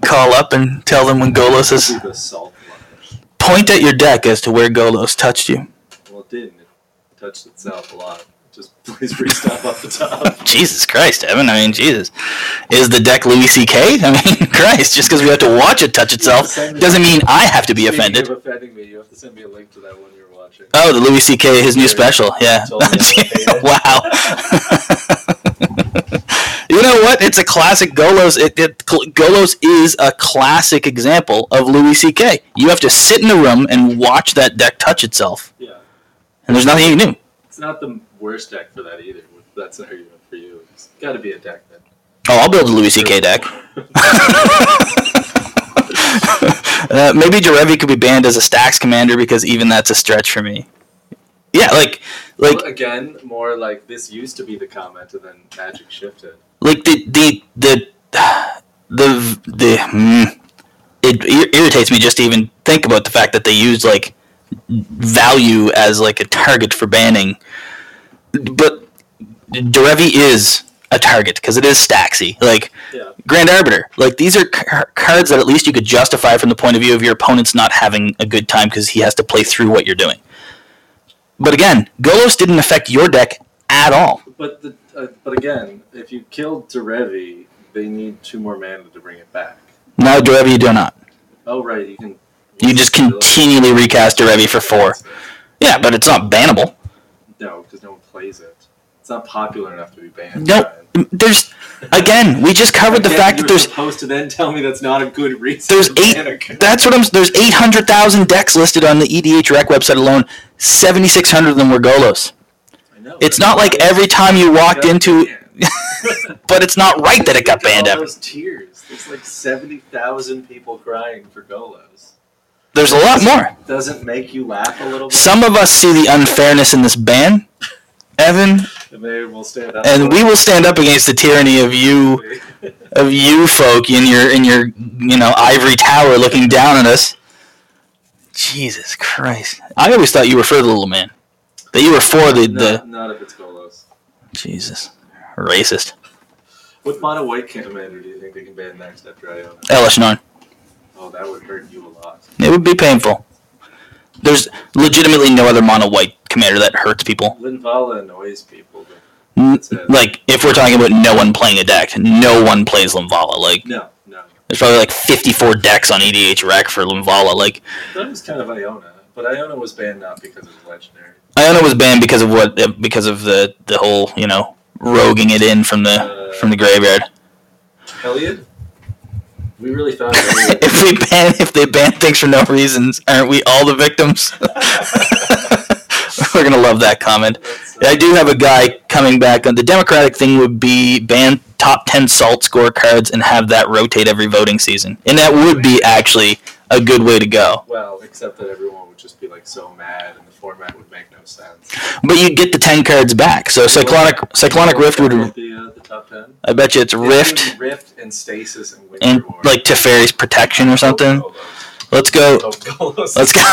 Speaker 2: Call up and tell them when Golos is.
Speaker 1: Be the salt line.
Speaker 2: Point at your deck as to where Golos touched you.
Speaker 1: Well, it didn't. It touched itself a lot. Just please restop up the top.
Speaker 2: Jesus Christ, Evan. I mean, Jesus. Is the deck Louis C.K.? I mean, Christ, just because we have to watch it touch itself
Speaker 1: Send-
Speaker 2: doesn't mean I have to be
Speaker 1: Speaking
Speaker 2: offended.
Speaker 1: Of offending me, you have to send me a link to that one you're watching.
Speaker 2: Oh, the Louis C.K. his new
Speaker 1: Yeah.
Speaker 2: special. Yeah.
Speaker 1: Told you I hate it.
Speaker 2: wow. you know what? It's a classic Golos. It, it Golos is a classic example of Louis C.K. You have to sit in the room and watch that deck touch itself,
Speaker 1: Yeah,
Speaker 2: and there's nothing you can do.
Speaker 1: it's not the worst deck for that either. That's not even for you. It's got to be a deck that.
Speaker 2: Oh, I'll build a Louis C.K. deck. uh, maybe Jarevi could be banned as a stacks commander because even that's a stretch for me. Yeah, like, like,
Speaker 1: Well, again, more like this used to be the comment, and then magic shifted.
Speaker 2: like the the the the the. Mm, it ir- irritates me just to even think about the fact that they use like value as like a target for banning. But Jarevi is a target because it is stacksy. Like,
Speaker 1: Yeah,
Speaker 2: Grand Arbiter. Like these are car- cards that at least you could justify from the point of view of your opponent's not having a good time because he has to play through what you're doing. But again, Golos didn't affect your deck at all.
Speaker 1: but the uh, but again, if you killed Derevi, they need two more mana to bring it back.
Speaker 2: Now Derevi you do not.
Speaker 1: Oh right, you can.
Speaker 2: You just continually recast Derevi for four. Yeah, but it's not bannable.
Speaker 1: No, because no one plays it. It's not popular enough to be banned.
Speaker 2: Nope.
Speaker 1: Ryan.
Speaker 2: There's again, we just covered the
Speaker 1: Again,
Speaker 2: fact that
Speaker 1: you're
Speaker 2: there's
Speaker 1: supposed to then tell me that's not a good reason.
Speaker 2: There's
Speaker 1: to
Speaker 2: eight-
Speaker 1: ban a card.
Speaker 2: that's what I'm there's 800,000 decks listed on the EDH rec website alone. 7600 of them were Golos.
Speaker 1: I know,
Speaker 2: It's
Speaker 1: but
Speaker 2: not like every time you walked
Speaker 1: Yeah.
Speaker 2: into
Speaker 1: Yeah.
Speaker 2: but it's not right that it got
Speaker 1: Look at all
Speaker 2: banned ever.
Speaker 1: Those tears. There's like seventy thousand people crying for Golos.
Speaker 2: There's a lot more.
Speaker 1: Doesn't make you laugh a little bit.
Speaker 2: Some of us see the unfairness in this ban, Evan,
Speaker 1: and they will stand up.
Speaker 2: and we will stand up against the tyranny of you of you folk in your in your you know ivory tower looking down at us. Jesus Christ! I always thought you were for the little man, that you were for the the
Speaker 1: not, not if it's Golos.
Speaker 2: Jesus racist
Speaker 1: What mono white commander do you think they can ban next after Iona?
Speaker 2: Elish nine.
Speaker 1: Oh, that would hurt you a lot.
Speaker 2: It would be painful. There's legitimately no other mono white commander that hurts people.
Speaker 1: Linvala annoys people, but
Speaker 2: N-
Speaker 1: That's it.
Speaker 2: like if we're talking about no one playing a deck, no one plays Limvala. Like
Speaker 1: no, no.
Speaker 2: there's probably like 54 decks on EDH rec for Limvala. Like
Speaker 1: That was kind of Iona, but Iona was banned not because it was legendary.
Speaker 2: Iona was banned because of what uh, because of the the whole you know roguing it in from the
Speaker 1: Uh,
Speaker 2: from the graveyard.
Speaker 1: Elliot, we really thought. Elliot-
Speaker 2: if we ban if they ban things for no reasons, aren't we all the victims? we're gonna love that comment.
Speaker 1: That's, uh,
Speaker 2: I do have a guy coming back. on The Democratic thing would be ban top 10 salt scorecards and have that rotate every voting season. And that would be actually a good way to go.
Speaker 1: Well, except that everyone would just be like so mad, and the format would make no sense.
Speaker 2: But you'd get the 10 cards back. So Cyclonic Cyclonic Rift would.
Speaker 1: the, uh, the top ten.
Speaker 2: I bet you it's
Speaker 1: It's
Speaker 2: Rift
Speaker 1: gonna be Rift and Stasis and Oh, Winter
Speaker 2: and
Speaker 1: War.
Speaker 2: like Teferi's Protection or something. Let's go.
Speaker 1: Oh,
Speaker 2: Let's go.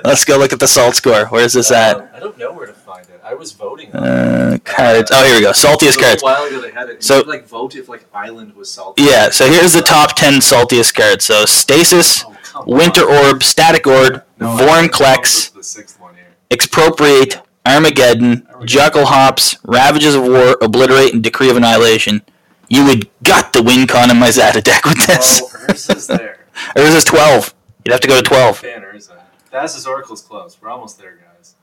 Speaker 2: Let's go look at the salt score. Where's this at?
Speaker 1: I don't know where to find it. I was voting. on it.
Speaker 2: Uh, cards. Oh, here we go. Saltiest
Speaker 1: a little
Speaker 2: cards.
Speaker 1: while ago they had it.
Speaker 2: So-
Speaker 1: So like vote if like Island was salty.
Speaker 2: Yeah, so here's the top 10 saltiest cards. So Stasis,
Speaker 1: Oh, come on.
Speaker 2: Winter Orb, Static Orb,
Speaker 1: No, I-
Speaker 2: Vornclex,
Speaker 1: this is The sixth one here.
Speaker 2: Expropriate, Armageddon, Jackal Hops, Ravages of War, Obliterate, and Decree of Annihilation. You would gut the win con in my Zata deck with this.
Speaker 1: Oh, Urza's there.
Speaker 2: Or is this 12? You'd have to go to 12.
Speaker 1: Fan Urza. Thassa's Oracle's close. We're almost there, guys.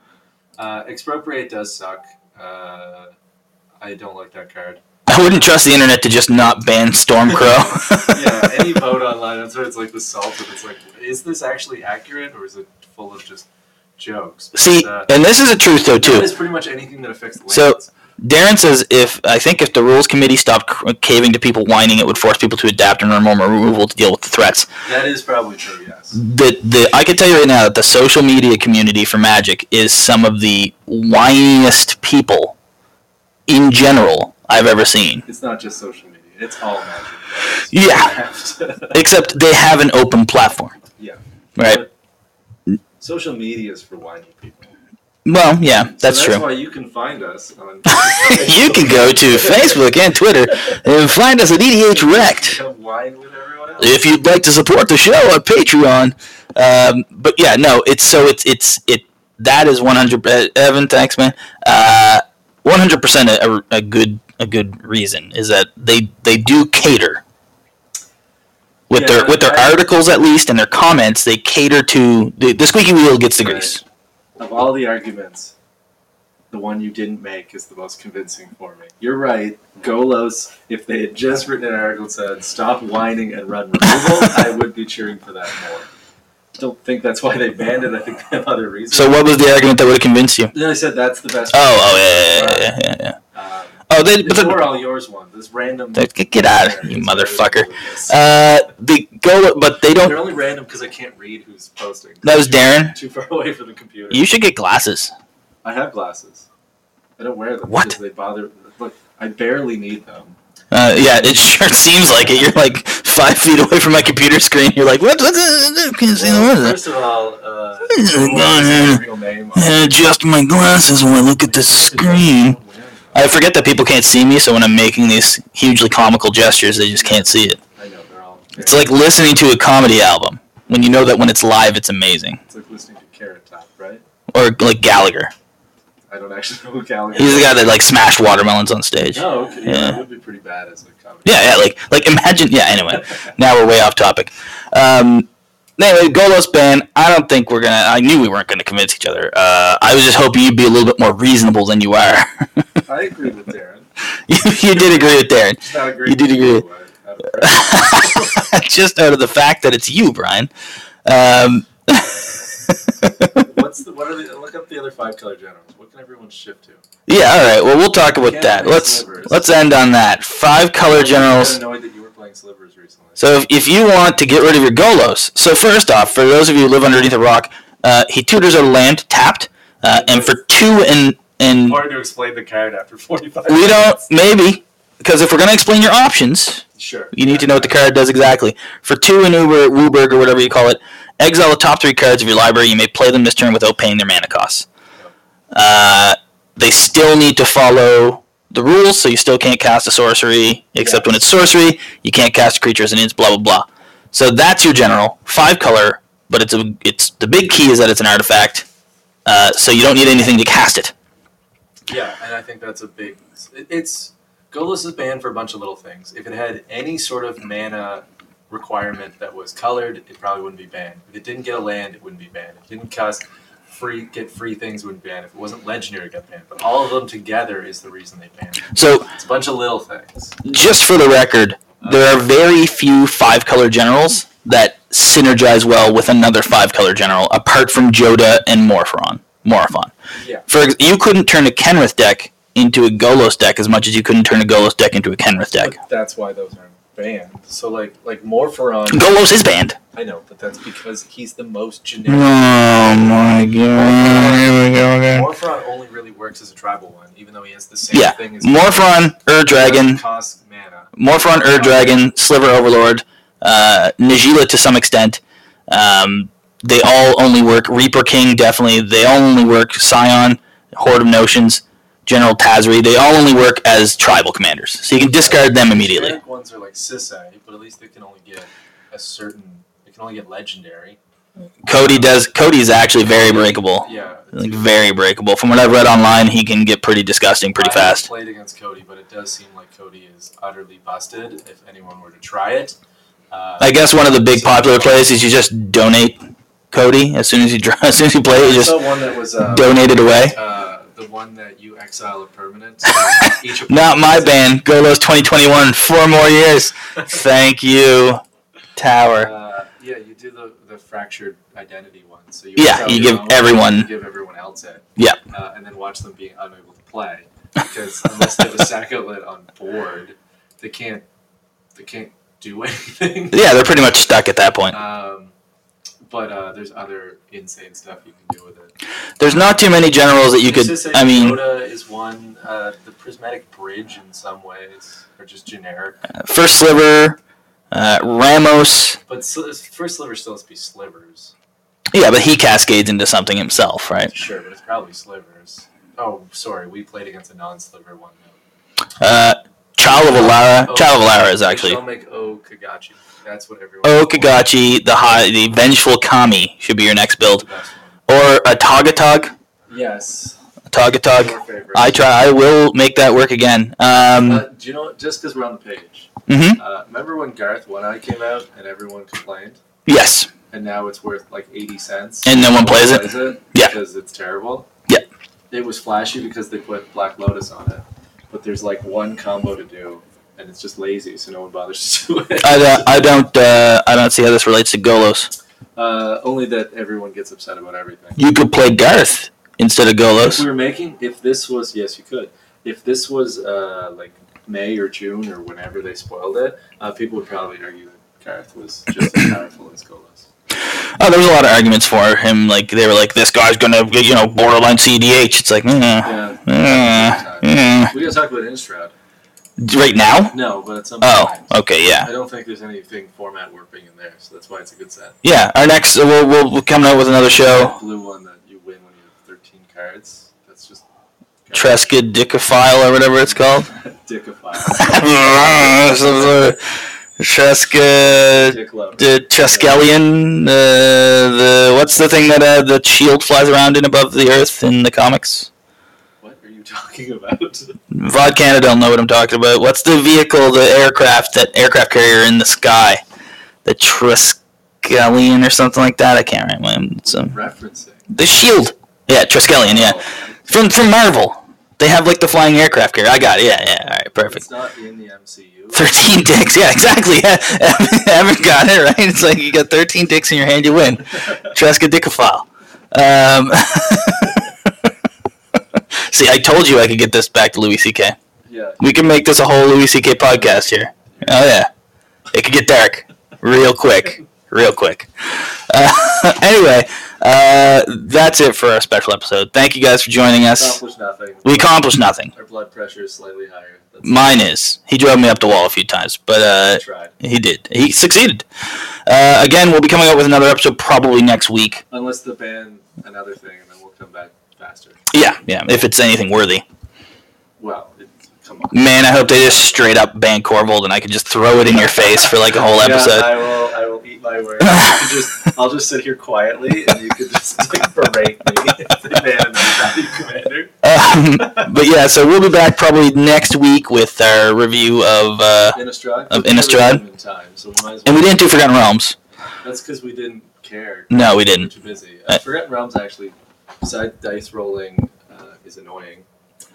Speaker 1: Uh, Expropriate does suck. Uh, I don't like that card.
Speaker 2: I wouldn't trust the internet to just not ban Stormcrow.
Speaker 1: Yeah, any vote online, that's where it's like the salt, and it's like, is this actually accurate or is it full of just jokes? But,
Speaker 2: See,
Speaker 1: uh,
Speaker 2: and this is a truth though
Speaker 1: that
Speaker 2: too.
Speaker 1: is pretty much anything that affects lands.
Speaker 2: So- Darren says if I think if the rules committee stopped c- caving to people whining, it would force people to adapt and learn more removal to deal with the threats.
Speaker 4: That is probably true. Yes.
Speaker 2: The the I can tell you right now that the social media community for Magic is some of the whiniest people in general I've ever seen.
Speaker 1: It's not just social media. It's all magic.
Speaker 2: Yeah.
Speaker 1: Yeah.
Speaker 2: Except they have an open platform.
Speaker 1: Yeah.
Speaker 2: Right.
Speaker 1: social media is for whiny people.
Speaker 2: Well, yeah,
Speaker 1: So
Speaker 2: that's true.
Speaker 1: why you can find us on.
Speaker 2: you can go to Facebook and Twitter and find us at E EDH Wrecked.
Speaker 1: Come whine with everyone else.
Speaker 2: If you'd like to support the show on Patreon, um, but yeah, no, it's so it's it's it that is one hundred. Uh, Evan, thanks, man. Uh, One hundred percent a a good a good reason is that they they do cater with their
Speaker 1: Yeah,
Speaker 2: with their
Speaker 1: I-
Speaker 2: articles at least and their comments. They cater to the, the squeaky wheel gets the
Speaker 1: Right.
Speaker 2: grease.
Speaker 1: Of all the arguments, the one you didn't make is the most convincing for me. You're right. Golos, if they had just written an article that said, stop whining and run removal, I would be cheering for that more. Don't think that's why they banned it. I think they have other reasons.
Speaker 2: So what was the argument that would have convinced you?
Speaker 1: Then I said, that's the best.
Speaker 2: Oh, oh yeah, yeah, yeah, yeah, yeah.
Speaker 1: Um,
Speaker 2: Oh, they, but
Speaker 1: it's
Speaker 2: the,
Speaker 1: more all yours one. This random.
Speaker 2: Get- get- get outta here, you
Speaker 1: It's
Speaker 2: motherfucker.
Speaker 1: really ridiculous.
Speaker 2: Uh, the go, but they don't.
Speaker 1: They're only random because I can't read who's posting.
Speaker 2: That was Darren.
Speaker 1: Too far away from the computer.
Speaker 2: You should get glasses.
Speaker 1: I have glasses. I don't wear them
Speaker 2: What?
Speaker 1: because they bother. Look, I barely need them.
Speaker 2: Uh, yeah, it sure seems like it. You're like five feet away from my computer screen. You're like, what? What? what- Can't see the
Speaker 4: Well,
Speaker 2: weather.
Speaker 4: first of all, uh,
Speaker 1: What's the real name on it?
Speaker 2: And adjust my glasses when I look at the screen. I forget that people can't see me, so when I'm making these hugely comical gestures, they just can't see it.
Speaker 1: I know they're all.
Speaker 2: It's like listening to a comedy album when you know that when it's live, it's amazing.
Speaker 1: It's like listening to Carrot Top, right?
Speaker 2: Or like Gallagher.
Speaker 1: I don't actually know who Gallagher.
Speaker 2: He's the
Speaker 1: is.
Speaker 2: guy that like smashed watermelons on stage.
Speaker 1: Oh, okay. Yeah.
Speaker 2: Yeah.
Speaker 1: It would be pretty bad as a comedy.
Speaker 2: Yeah, yeah, like like imagine. Yeah, anyway. now we're way off topic. Um, anyway, Golos ban. I don't think we're gonna. I knew we weren't gonna convince each other. Uh, I was just hoping you'd be a little bit more reasonable than you are.
Speaker 1: I agree with Darren.
Speaker 2: you, you did agree with Darren,
Speaker 1: It's not agree.
Speaker 2: You did
Speaker 1: with
Speaker 2: agree.
Speaker 1: you, I- I don't agree.
Speaker 2: just out of the fact that it's you, Brian. Um,
Speaker 1: What's the? What are the? Look up the other five color generals. What can everyone shift to?
Speaker 2: yeah, all right. Well, we'll talk about that. Let's let's end on that. Five color generals.
Speaker 1: I got annoyed that you were playing slivers recently.
Speaker 2: So if, if you want to get rid of your Golos, so first off, for those of you who live underneath a rock, uh, he tutors our land tapped, uh, and for two and and
Speaker 1: Hard to explain the card after 45
Speaker 2: Mm. we don't
Speaker 1: minutes.
Speaker 2: maybe because if we're gonna explain your options,
Speaker 1: Sure.
Speaker 2: you need to know what the card does exactly. For two and Uber Wooberg or whatever you call it, exile the top three cards of your library. You may play them this turn without paying their mana costs. Uh, they still need to follow the rules, so you still can't cast a sorcery except when it's sorcery. You can't cast a creature as an int. Blah blah blah. So that's your general five color, but it's a it's the big key is that it's an artifact, uh, so you don't need anything to cast it.
Speaker 1: Yeah, and I think that's a big. it- It's Golos is banned for a bunch of little things. If it had any sort of mana requirement that was colored, it probably wouldn't be banned. If it didn't get a land, it wouldn't be banned. If it didn't cost free, get free things, it wouldn't be banned. If it wasn't legendary, it got banned. But all of them together is the reason they banned. it.
Speaker 2: So
Speaker 1: It's a bunch of little things.
Speaker 2: just for the record, there are very few five color generals that synergize well with another five color general, apart from Joda and Morphron. Morphon.
Speaker 1: Yeah.
Speaker 2: For ex- you couldn't turn a Kenrith deck into a Golos deck as much as you couldn't turn a Golos deck into a Kenrith deck.
Speaker 1: But that's why those aren't banned. So like like Morpheron,
Speaker 2: Golos is banned.
Speaker 1: I know, but that's because he's the most
Speaker 2: Oh
Speaker 1: generic.
Speaker 2: my god! Here we go again.
Speaker 1: Morpheron only really works as a tribal one, even though he has the same
Speaker 2: Yeah,
Speaker 1: thing as
Speaker 2: Morphron, Ur Dragon,
Speaker 1: Cost mana.
Speaker 2: Morphron, Ur Dragon, Sliver Overlord, uh, Najila to some extent. Um, they all only work. Reaper King, definitely. They all only work. Scion, Horde of Notions, General Tazri. They all only work as tribal commanders. So you can discard them immediately.
Speaker 1: Generic ones are like Sisai, but at least they can only get a certain. They can only get legendary.
Speaker 2: Cody does. Cody is actually very breakable.
Speaker 1: Yeah.
Speaker 2: Like very breakable. From what I've read online, he can get pretty disgusting pretty
Speaker 1: I haven't
Speaker 2: fast.
Speaker 1: Played against Cody, but it does seem like Cody is utterly busted. If anyone were to try it, uh,
Speaker 2: I guess one of the big popular plays is you just donate Cody as soon as you draw, as soon as you play it, you
Speaker 1: I
Speaker 2: just
Speaker 1: saw one that was uh,
Speaker 2: donate it away.
Speaker 1: uh, the one that you exile a permanent. so each opponent
Speaker 2: Not my
Speaker 1: has-
Speaker 2: ban. Golos 2021. Four more years. Thank you, Tower.
Speaker 1: Uh, yeah, you do the, the fractured identity one. So you
Speaker 2: Yeah,
Speaker 1: exile
Speaker 2: you
Speaker 1: your
Speaker 2: give
Speaker 1: own,
Speaker 2: everyone-
Speaker 1: You give everyone else it.
Speaker 2: Yeah.
Speaker 1: Uh, and then watch them being unable to play. because unless they have a sack outlet on board, they can't they can't do anything.
Speaker 2: Yeah, they're pretty much stuck at that point.
Speaker 1: Um, but uh, there's other insane stuff you can do with it.
Speaker 2: There's not too many generals that you could.
Speaker 1: It's just like
Speaker 2: I mean,
Speaker 1: Yoda is one. Uh, the prismatic bridge in some ways are just generic.
Speaker 2: first sliver, uh, Ramos.
Speaker 1: But sl- first sliver still has to be slivers.
Speaker 2: Yeah, but he cascades into something himself, right?
Speaker 1: Sure, but it's probably slivers. Oh, sorry, we played against a non-sliver one.
Speaker 2: Uh, Child of Alara. Uh, Child of Alara is actually.
Speaker 1: I'll make O Kagachi. That's what everyone.
Speaker 2: Okagachi, the high, the vengeful Kami should be your next build,
Speaker 1: The best one.
Speaker 2: or a Togatog.
Speaker 1: Yes.
Speaker 2: Togatog.
Speaker 1: Your favorite.
Speaker 2: I try. I will make that work again. Um,
Speaker 1: Uh, do you know what? Just because we're on the page.
Speaker 2: mhm.
Speaker 1: Uh, remember when Garth One Eye came out and everyone complained,
Speaker 2: Yes,
Speaker 1: and now it's worth like eighty cents.
Speaker 2: and no one plays it. Yeah.
Speaker 1: Because it's terrible.
Speaker 2: Yeah.
Speaker 1: It was flashy because they put Black Lotus on it, but there's like one combo to do, and it's just lazy, so no one bothers to do it.
Speaker 2: I don't. I don't. Uh, I don't see how this relates to Golos.
Speaker 1: Uh, only that everyone gets upset about everything.
Speaker 2: You could play Garth instead of
Speaker 1: If
Speaker 2: Golos.
Speaker 1: we were making, if this was, yes, you could. If this was uh, like May or June or whenever they spoiled it, uh, people would probably argue that Gareth was just as powerful as Golos.
Speaker 2: Oh, there was a lot of arguments for him. Like they were like, this guy's gonna, you know, borderline CDH. It's like, mm,
Speaker 1: Yeah.
Speaker 2: mm, mm.
Speaker 1: We gotta talk about Innistrad.
Speaker 2: right now.
Speaker 1: No, but at some
Speaker 2: Oh,
Speaker 1: point.
Speaker 2: okay, yeah,
Speaker 1: I don't think there's anything format warping in there, so that's why it's a good set.
Speaker 2: yeah. Our next, uh, we'll we'll, we'll coming out with another show.
Speaker 1: That blue one that you win when you have 13 cards. That's just.
Speaker 2: Treskadicafile or whatever it's called.
Speaker 1: Dick of fire.
Speaker 2: Treska,
Speaker 1: Dick lover.
Speaker 2: the Treskelion, uh, the what's the thing that uh, the shield flies around in above the earth in the comics?
Speaker 1: What are you talking about?
Speaker 2: Vod Canada will know what I'm talking about. What's the vehicle, the aircraft, that aircraft carrier in the sky? The Triskelion or something like that. I can't remember. It's, um,
Speaker 1: Referencing.
Speaker 2: the shield. Yeah, Triskelion. Yeah,
Speaker 1: Oh,
Speaker 2: from from Marvel. They have like the flying aircraft carrier. I got it. Yeah, yeah. All right, perfect.
Speaker 1: It's not in the MCU.
Speaker 2: 13 dicks. Yeah, exactly. Yeah. Haven't got it right. It's like you got 13 dicks in your hand, you win. Tresca Dickophile. Um, see, I told you I could get this back to Louis C.K.
Speaker 1: yeah.
Speaker 2: We can make this a whole Louis C.K. podcast here. Oh yeah, it could get dark real quick, real quick. Uh, anyway, uh, that's it for our special episode. Thank you guys for joining us.
Speaker 1: Accomplish nothing.
Speaker 2: We accomplished nothing.
Speaker 1: Our blood pressure is slightly higher. That's
Speaker 2: Mine is. He drove me up the wall a few times, but uh,
Speaker 1: I tried.
Speaker 2: he did. He succeeded. Uh, again, we'll be coming up with another episode probably next week.
Speaker 1: Unless the ban another thing, and then we'll come back faster.
Speaker 2: Yeah, yeah. If it's anything worthy.
Speaker 1: Well, it, come on.
Speaker 2: Man, I hope they just straight up ban Corvold and I could just throw it in your face for like a whole
Speaker 1: Yeah,
Speaker 2: episode.
Speaker 1: I will. I will eat my words. You could just, I'll just sit here quietly, and you could just like berate me if they ban another value commander.
Speaker 2: Um, but yeah, so we'll be back probably next week with our review of. Uh,
Speaker 1: Innistrad.
Speaker 2: Of
Speaker 1: We never
Speaker 2: Innistrad?
Speaker 1: did it In time, so we might as well.
Speaker 2: and we didn't do Forgotten Realms.
Speaker 1: That's because we didn't care.
Speaker 2: No, we
Speaker 1: We're
Speaker 2: didn't.
Speaker 1: too busy.
Speaker 2: Uh,
Speaker 1: Uh, Forgotten Realms actually, besides dice rolling, uh, is annoying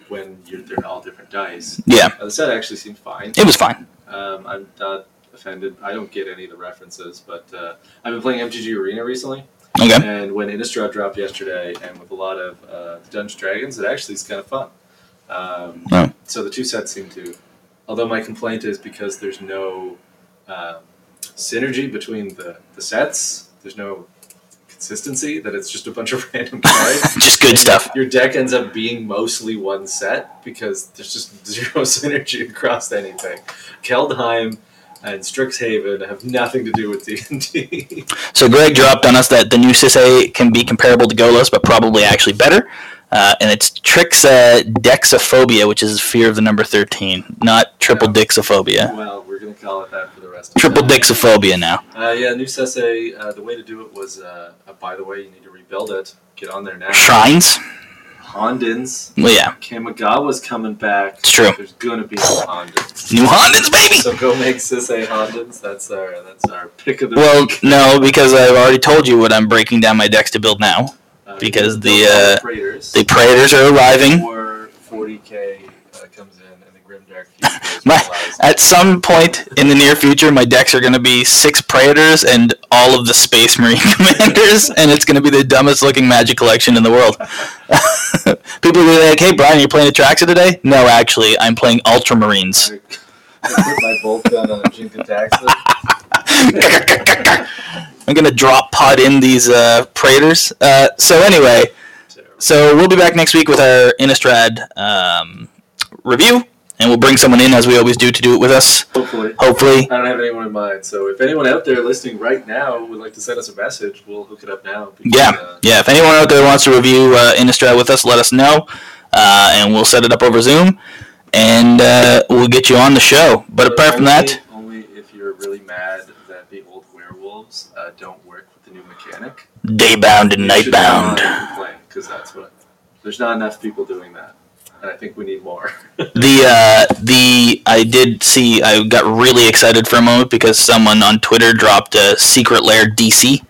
Speaker 1: when you're they're all different dice.
Speaker 2: Yeah,
Speaker 1: Uh, the set actually seemed fine.
Speaker 2: it was fine.
Speaker 1: Um, I'm not offended. I don't get any of the references, but uh, I've been playing MTG Arena recently,
Speaker 2: Okay.
Speaker 1: and when Innistrad dropped yesterday, and with a lot of uh, Dungeons and Dragons, it actually is kind of fun. Um,
Speaker 2: Oh.
Speaker 1: So the two sets seem to. Although my complaint is because there's no um, synergy between the, the sets, there's no consistency, that it's just a bunch of random cards.
Speaker 2: Just good stuff.
Speaker 1: Your deck ends up being mostly one set because there's just zero synergy across anything. Keldheim and Strixhaven have nothing to do with D and D.
Speaker 2: So Greg dropped on us that the new Sisei can be comparable to Golos, but probably actually better. Uh, and it's Trixadexophobia, which is fear of the number 13, not triple dixophobia.
Speaker 1: Well, we're gonna call it that for the rest. of
Speaker 2: Triple
Speaker 1: time.
Speaker 2: dixophobia now.
Speaker 1: Uh, yeah, new Sese. Uh, the way to do it was. Uh, uh, by the way, you need to rebuild it. Get on there now.
Speaker 2: Shrines?
Speaker 1: Hondens.
Speaker 2: Well, yeah.
Speaker 1: Kamigawa's coming back.
Speaker 2: It's true.
Speaker 1: There's gonna be some Hondens.
Speaker 2: New Hondens, baby!
Speaker 1: So go make Sese Hondens. That's our. That's our pick of the
Speaker 2: Well,
Speaker 1: week.
Speaker 2: no, because I've already told you what I'm breaking down my decks to build now.
Speaker 1: Uh,
Speaker 2: because
Speaker 1: those
Speaker 2: the,
Speaker 1: are
Speaker 2: uh,
Speaker 1: Freighters.
Speaker 2: The Praetors are arriving.
Speaker 1: for 40 40k uh, comes in and the Grimdark Keep
Speaker 2: My-
Speaker 1: realize
Speaker 2: At some point in the near future, my decks are going to be six Praetors and all of the Space Marine Commanders, and it's going to be the dumbest looking magic collection in the world. People will be like, hey, Brian, are you playing Atraxa today? No, actually, I'm playing Ultramarines.
Speaker 1: I, I put my bolt gun on a Jinka
Speaker 2: I'm going to drop pod in these uh, Praetors. Uh, so, anyway, so we'll be back next week with our Innistrad um, review, and we'll bring someone in, as we always do, to do it with us,
Speaker 1: Hopefully.
Speaker 2: hopefully.
Speaker 1: I don't have anyone in mind, so if anyone out there listening right now would like to send us a message, we'll hook it up now. because, uh,
Speaker 2: Yeah, if anyone out there wants to review uh, Innistrad with us, let us know, uh, and we'll set it up over Zoom, and uh, we'll get you on the show. But apart from that,
Speaker 1: only only if you're really mad that the old werewolves uh, don't work with the new mechanic.
Speaker 2: daybound and nightbound.
Speaker 1: Because that's what. There's not enough people doing that, and I think we need more.
Speaker 2: The uh, the I did see. I got really excited for a moment because someone on Twitter dropped a secret lair DC.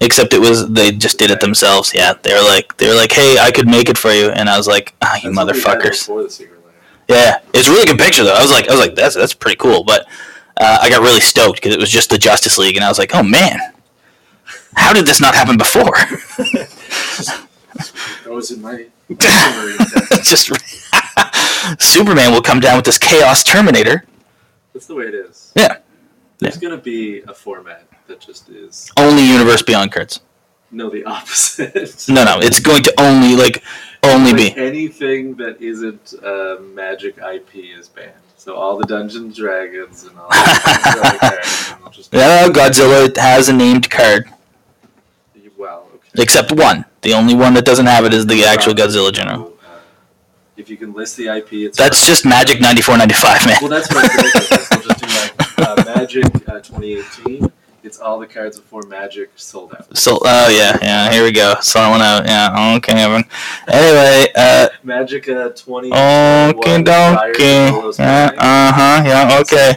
Speaker 2: Except it was they just did it themselves. Yeah, they're like they're like, hey, I could make it for you, and I was like, ah, you
Speaker 1: That's what we had
Speaker 2: motherfuckers.
Speaker 1: Before the secret lair.
Speaker 2: Yeah, it's a really good picture though. I was like, I was like, that's that's pretty cool. But uh, I got really stoked because it was just the Justice League, and I was like, oh man, how did this not happen before?
Speaker 1: That was in my. That's
Speaker 2: just Superman will come down with this Chaos Terminator.
Speaker 1: the way it is.
Speaker 2: Yeah.
Speaker 1: There's gonna be a format that just is
Speaker 2: Only Universe Beyond Kurtz.
Speaker 1: no the opposite.
Speaker 2: No, no, it's going to only like only
Speaker 1: Like
Speaker 2: be
Speaker 1: anything that isn't uh, magic IP is banned. So all the Dungeons and Dragons and all. that will just
Speaker 2: yeah. Godzilla has a named card,
Speaker 1: Well, okay.
Speaker 2: except one. The only one that doesn't have it is the actual Godzilla general.
Speaker 1: Uh, If you can list the IP, it's
Speaker 2: That's just Magic ninety four ninety five, man.
Speaker 1: Well, that's what I'm doing. We'll just do like uh, Magic uh, 2018. It's all the cards before Magic sold out.
Speaker 2: So, oh yeah, yeah. Here we go. So I wanna, yeah. Okay, Evan. Anyway, uh,
Speaker 1: Magic uh, 20.
Speaker 2: Oh, okay, donkey. Uh huh. Yeah. Okay.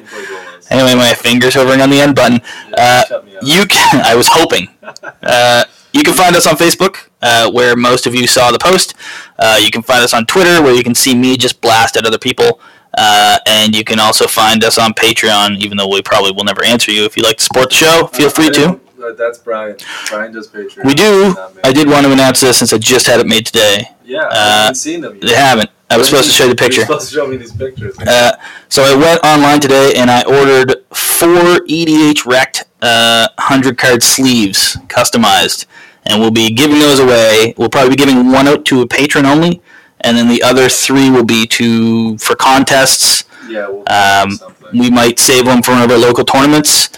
Speaker 2: Anyway, my fingers hovering on the end button. uh, You can. I was hoping. Uh, you can find us on Facebook, uh, where most of you saw the post. Uh, you can find us on Twitter, where you can see me just blast at other people. Uh, and you can also find us on Patreon, even though we probably will never answer you. If you'd like to support the show, feel free to.
Speaker 1: Uh, that's Brian. Brian does Patreon.
Speaker 2: We do.
Speaker 1: Not me.
Speaker 2: I did want to announce this since I just had it made today.
Speaker 1: Yeah, I
Speaker 2: uh,
Speaker 1: haven't seen them.
Speaker 2: They
Speaker 1: Yet.
Speaker 2: haven't. I was supposed to show you the
Speaker 1: You're
Speaker 2: picture.
Speaker 1: supposed to show me these pictures.
Speaker 2: Uh, so I went online today and I ordered four E EDH Rect uh, 100 card sleeves customized. And we'll be giving those away. We'll probably be giving one out to a patron only. And then the other three will be to for contests.
Speaker 1: yeah. We'll
Speaker 2: um,
Speaker 1: something.
Speaker 2: We might save them for one of our local tournaments.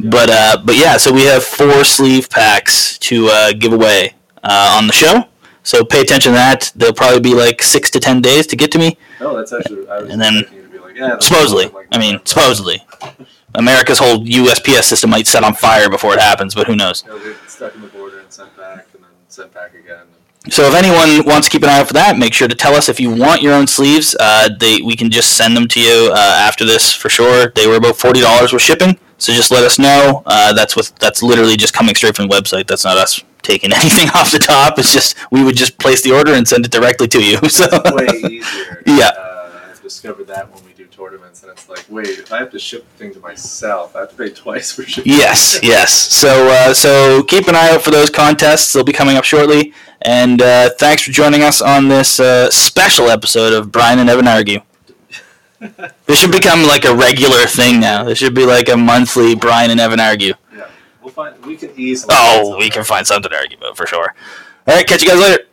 Speaker 2: But uh, but yeah, so we have four sleeve packs to uh, give away uh, on the show. So pay attention to that. They'll probably be like six to ten days to get to me.
Speaker 1: No, that's actually. I was
Speaker 2: and then-
Speaker 1: expecting you to be like, yeah, that's
Speaker 2: Supposedly.
Speaker 1: something like
Speaker 2: I mean,
Speaker 1: that.
Speaker 2: supposedly. America's whole USPS system might set on fire before it happens, but who knows?
Speaker 1: It'll get stuck in the border and sent back, and then sent back again.
Speaker 2: So if anyone wants to keep an eye out for that, make sure to tell us if you want your own sleeves. Uh, they we can just send them to you uh, after this for sure. They were about forty dollars with shipping, so just let us know. Uh, that's with that's literally just coming straight from the website. That's not us taking anything off the top. It's just we would just place the order and send it directly to you. So
Speaker 1: way easier.
Speaker 2: Yeah.
Speaker 1: Uh, I've discovered that when we do tournaments, and it's like, wait, if I have to ship the thing to myself, I have to pay twice for shipping.
Speaker 2: Yes, yes. So, uh, so keep an eye out for those contests. They'll be coming up shortly. And uh, thanks for joining us on this uh, special episode of Brian and Evan argue. This should become like a regular thing now. This should be like a monthly Brian and Evan argue.
Speaker 1: We'll find. We can easily.
Speaker 2: Oh, we can find something to argue about for sure. All right, catch you guys later.